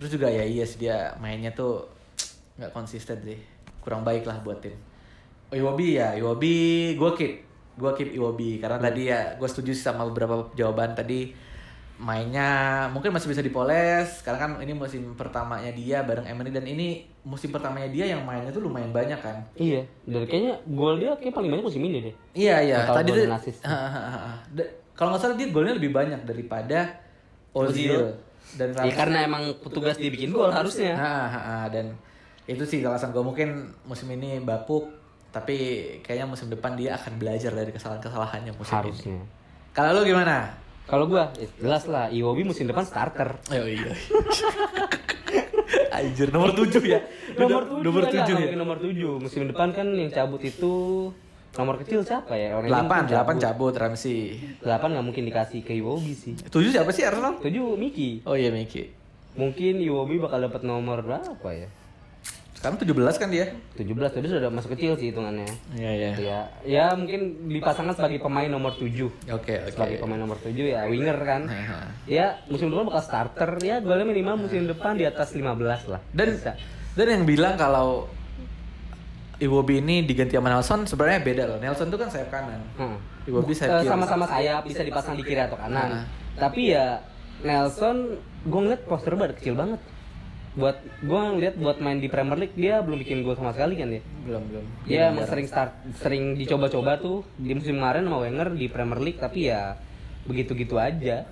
S1: Terus juga ya iya sih dia mainnya tuh nggak konsisten sih. Kurang baik lah buat tim. Iwobi ya, Iwobi gue keep. Gue keep Iwobi karena tadi ya gue setuju sih sama beberapa jawaban tadi mainnya mungkin masih bisa dipoles karena kan ini musim pertamanya dia bareng Emery dan ini musim pertamanya dia yang mainnya tuh lumayan banyak kan
S2: Iya, dan kayaknya gol dia kayak paling banyak musim ini deh.
S1: Iya iya.
S2: Total
S1: Tadi
S2: gol
S1: tuh.
S2: dan assist.
S1: Hahaha. Da- Kalau nggak salah dia golnya lebih banyak daripada Ozil Iya kan? dan
S2: Ya
S1: Ramsey.
S2: karena emang petugas dibikin gol harusnya.
S1: Hahaha, dan itu sih alasan gue mungkin musim ini bapuk tapi kayaknya musim depan dia akan belajar dari kesalahan-kesalahannya musim ini.
S2: Harusnya.
S1: Kalau lu gimana?
S2: Kalau gua eh, jelas lah Iwobi musim depan starter.
S1: Ayo iya. Anjir nomor 7 ya.
S2: Nomor
S1: tujuh
S2: tujuh
S1: nomor
S2: aja,
S1: 7 ya.
S2: mungkin nomor tujuh. Musim depan kan yang cabut itu nomor kecil siapa ya? Orang
S1: 8 8 cabut Ramsey.
S2: 8 nggak mungkin dikasih ke Iwobi sih.
S1: 7 siapa sih Arsenal?
S2: 7 Miki.
S1: Oh iya Miki.
S2: Mungkin Iwobi bakal dapat nomor berapa ya?
S1: Sekarang 17 kan dia?
S2: 17 tadi sudah masuk kecil sih hitungannya.
S1: Iya iya.
S2: Ya, ya mungkin dipasangkan sebagai pemain nomor 7.
S1: Oke oke.
S2: Sebagai pemain nomor 7 ya winger kan.
S1: Heeh.
S2: Ya, musim depan bakal starter ya golnya minimal musim depan di atas 15 lah.
S1: Dan dan yang bilang kalau Iwobi ini diganti sama Nelson sebenarnya beda loh. Nelson tuh kan sayap kanan.
S2: Hmm.
S1: Iwobi
S2: Eh,
S1: sayap kiri.
S2: sama-sama sayap bisa dipasang di kiri atau kanan. Tapi ya Nelson gue ngeliat poster banget kecil banget. Buat gue ngeliat buat main di Premier League dia belum bikin gol sama sekali kan ya.
S1: Belum belum.
S2: Dia emang sering start sering dicoba-coba tuh di musim kemarin sama Wenger di Premier League tapi ya begitu-gitu aja.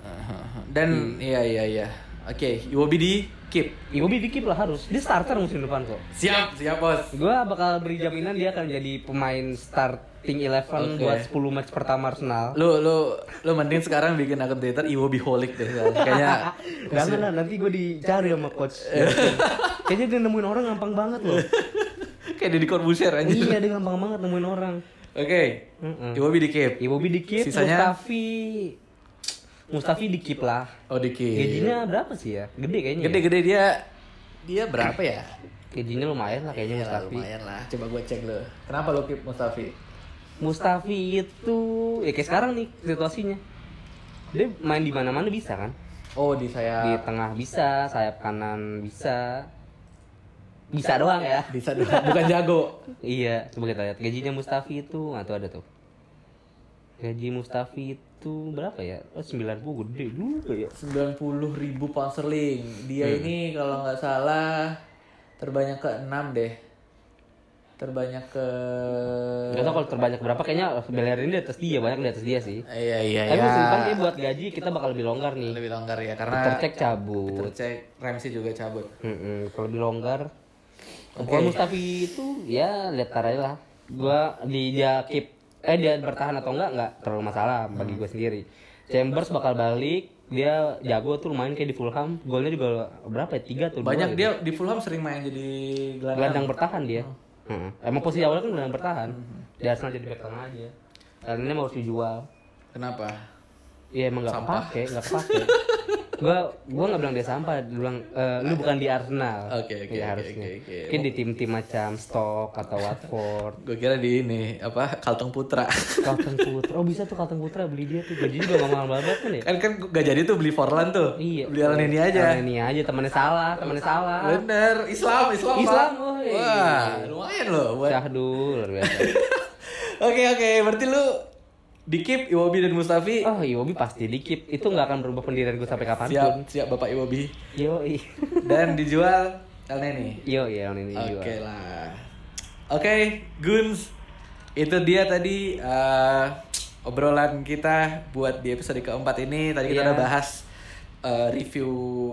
S1: Dan iya iya iya. Oke, Iwobi di keep.
S2: Iwobi dikip lah harus. Dia starter musim depan kok.
S1: Siap siap bos.
S2: Gua bakal beri jaminan dia akan jadi pemain starting 11
S1: Oke.
S2: buat 10 match pertama Arsenal.
S1: Lu lu lu mending sekarang bikin akun Twitter Iwobi holic deh. kan. Kayaknya
S2: Jangan lah, nanti gue dicari sama coach. Kayaknya dia nemuin orang gampang banget loh.
S1: kayak Deddy Corbuzier aja.
S2: iya, dia gampang banget nemuin orang.
S1: Oke.
S2: Mm-mm.
S1: Iwobi di keep.
S2: Iwobi dikip,
S1: Sisanya?
S2: Mustafi... Mustafi dikip lah.
S1: Oh di keep.
S2: Gajinya berapa sih ya? Iya. Gede kayaknya. ya?
S1: Gede-gede dia dia berapa ya?
S2: Gajinya Iya, lumayan lah kayaknya
S1: Iyalah,
S2: Mustafi.
S1: lumayan lah. Coba gue cek lu. Kenapa lu keep Mustafi?
S2: Mustafi itu ya kayak sekarang nih situasinya. Dia main di mana-mana bisa kan?
S1: Oh di saya
S2: di tengah bisa, sayap kanan bisa. Bisa doang ya.
S1: bisa doang. bukan jago
S2: Iya, coba kita lihat gajinya Mustafi itu, nah tuh ada tuh. Gaji Mustafi itu berapa ya? Oh, 90 gede juga ya.
S1: 90.000 ribu pound sterling dia ini kalau nggak salah terbanyak ke 6 deh terbanyak ke
S2: Gak tau kalau terbanyak berapa kayaknya Bellerin di atas dia, banyak di atas dia sih.
S1: iya iya
S2: Tapi musim depan kayak buat gaji kita bakal lebih longgar nih.
S1: lebih longgar ya karena
S2: Tercek cabut.
S1: tercek Ramsey juga cabut
S2: Mm-mm, kalau lebih longgar. Kalau Mustafi itu ya lihat tar aja lah. gua di dia keep eh dia bertahan atau enggak enggak terlalu masalah bagi
S1: Hmm.
S2: gue sendiri. Chambers bakal balik, dia jago tuh lumayan kayak di Fulham. Golnya juga berapa ya? Tiga tuh. dua
S1: Banyak
S2: ya.
S1: dia di Fulham sering main jadi gelandang.
S2: gelandang bertahan dia.
S1: Oh.
S2: Heeh. Emang posisi awalnya kan gelandang bertahan.
S1: Hmm.
S2: Di Arsenal jadi back tengah aja. Karena ini mau harus dijual.
S1: Kenapa?
S2: Iya emang gak kepake, gak kepake. gua gua nggak bilang dia sampah, dia bilang eh, lu bukan di Arsenal.
S1: Oke, oke,
S2: Iya,
S1: oke,
S2: harusnya.
S1: oke, oke.
S2: Mungkin di tim-tim macam Stoke atau Watford.
S1: Gue kira di ini apa Kalteng Putra.
S2: Kalteng Putra, oh bisa tuh Kalteng Putra beli dia tuh. Gajinya juga gak mahal banget kan ya?
S1: kan kan gak jadi tuh beli Forlan tuh.
S2: Iya.
S1: Beli Alan ini aja.
S2: Ini aja temennya salah, temennya salah.
S1: Bener, Islam, Iya. Islam. Pak.
S2: Islam, woy.
S1: Wah, lumayan loh buat
S2: Syahdul luar biasa.
S1: Oke oke, berarti lu Dikip, Iwobi dan Mustafi
S2: Oh, Iwobi pasti di keep. Itu nggak akan berubah pendirian gue sampai kapan
S1: siap siap Bapak Iwobi
S2: Yo, i.
S1: dan dijual El Neni.
S2: Yo, iya ini
S1: Oke
S2: juga.
S1: lah. Oke, Guns. Itu dia tadi eh, obrolan kita buat di episode keempat ini. Tadi kita
S2: Iya.
S1: udah bahas eh, review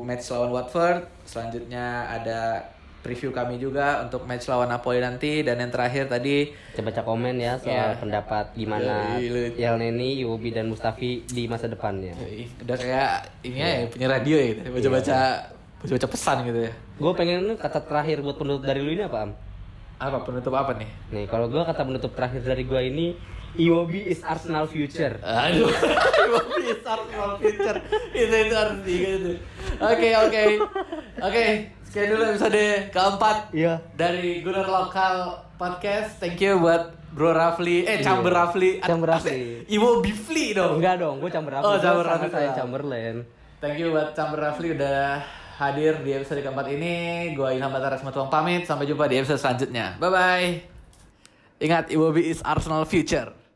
S1: match lawan Watford. Selanjutnya ada preview kami juga untuk match lawan Napoli nanti dan yang terakhir tadi
S2: Coba baca komen ya soal pendapat gimana
S1: Yoi, Iya. lu-
S2: Yelneni, Iwobi dan Mustafi di masa depannya.
S1: Yoi, Ya, udah kayak ini ya punya radio ya gitu. Baca-baca baca-baca pesan gitu ya.
S2: Gue pengen lu kata terakhir buat penutup dari lu ini apa, Am?
S1: Apa penutup apa nih?
S2: Nih, kalau gue kata penutup terakhir dari gue ini Iwobi is Arsenal future.
S1: Aduh, Bobby is Arsenal Fincher. Itu itu harus diingat itu. Oke, oke. Oke, sekian dulu episode keempat
S2: Iya.
S1: dari Gunner Lokal Podcast. Thank you buat Bro Rafli, eh Chamber Rafli. Ad-
S2: Chamber
S1: apa
S2: Rafli.
S1: sih? Iwo Bifli dong.
S2: Enggak dong, gue campur apa?
S1: Oh, campur
S2: Sama
S1: apa?
S2: saya Chamberlain.
S1: Thank you buat Chamber Rafli udah hadir di episode keempat ini. Gua Ilham Batara Tuang pamit. Sampai jumpa di episode selanjutnya. Bye bye. Ingat, Iwobi is Arsenal future.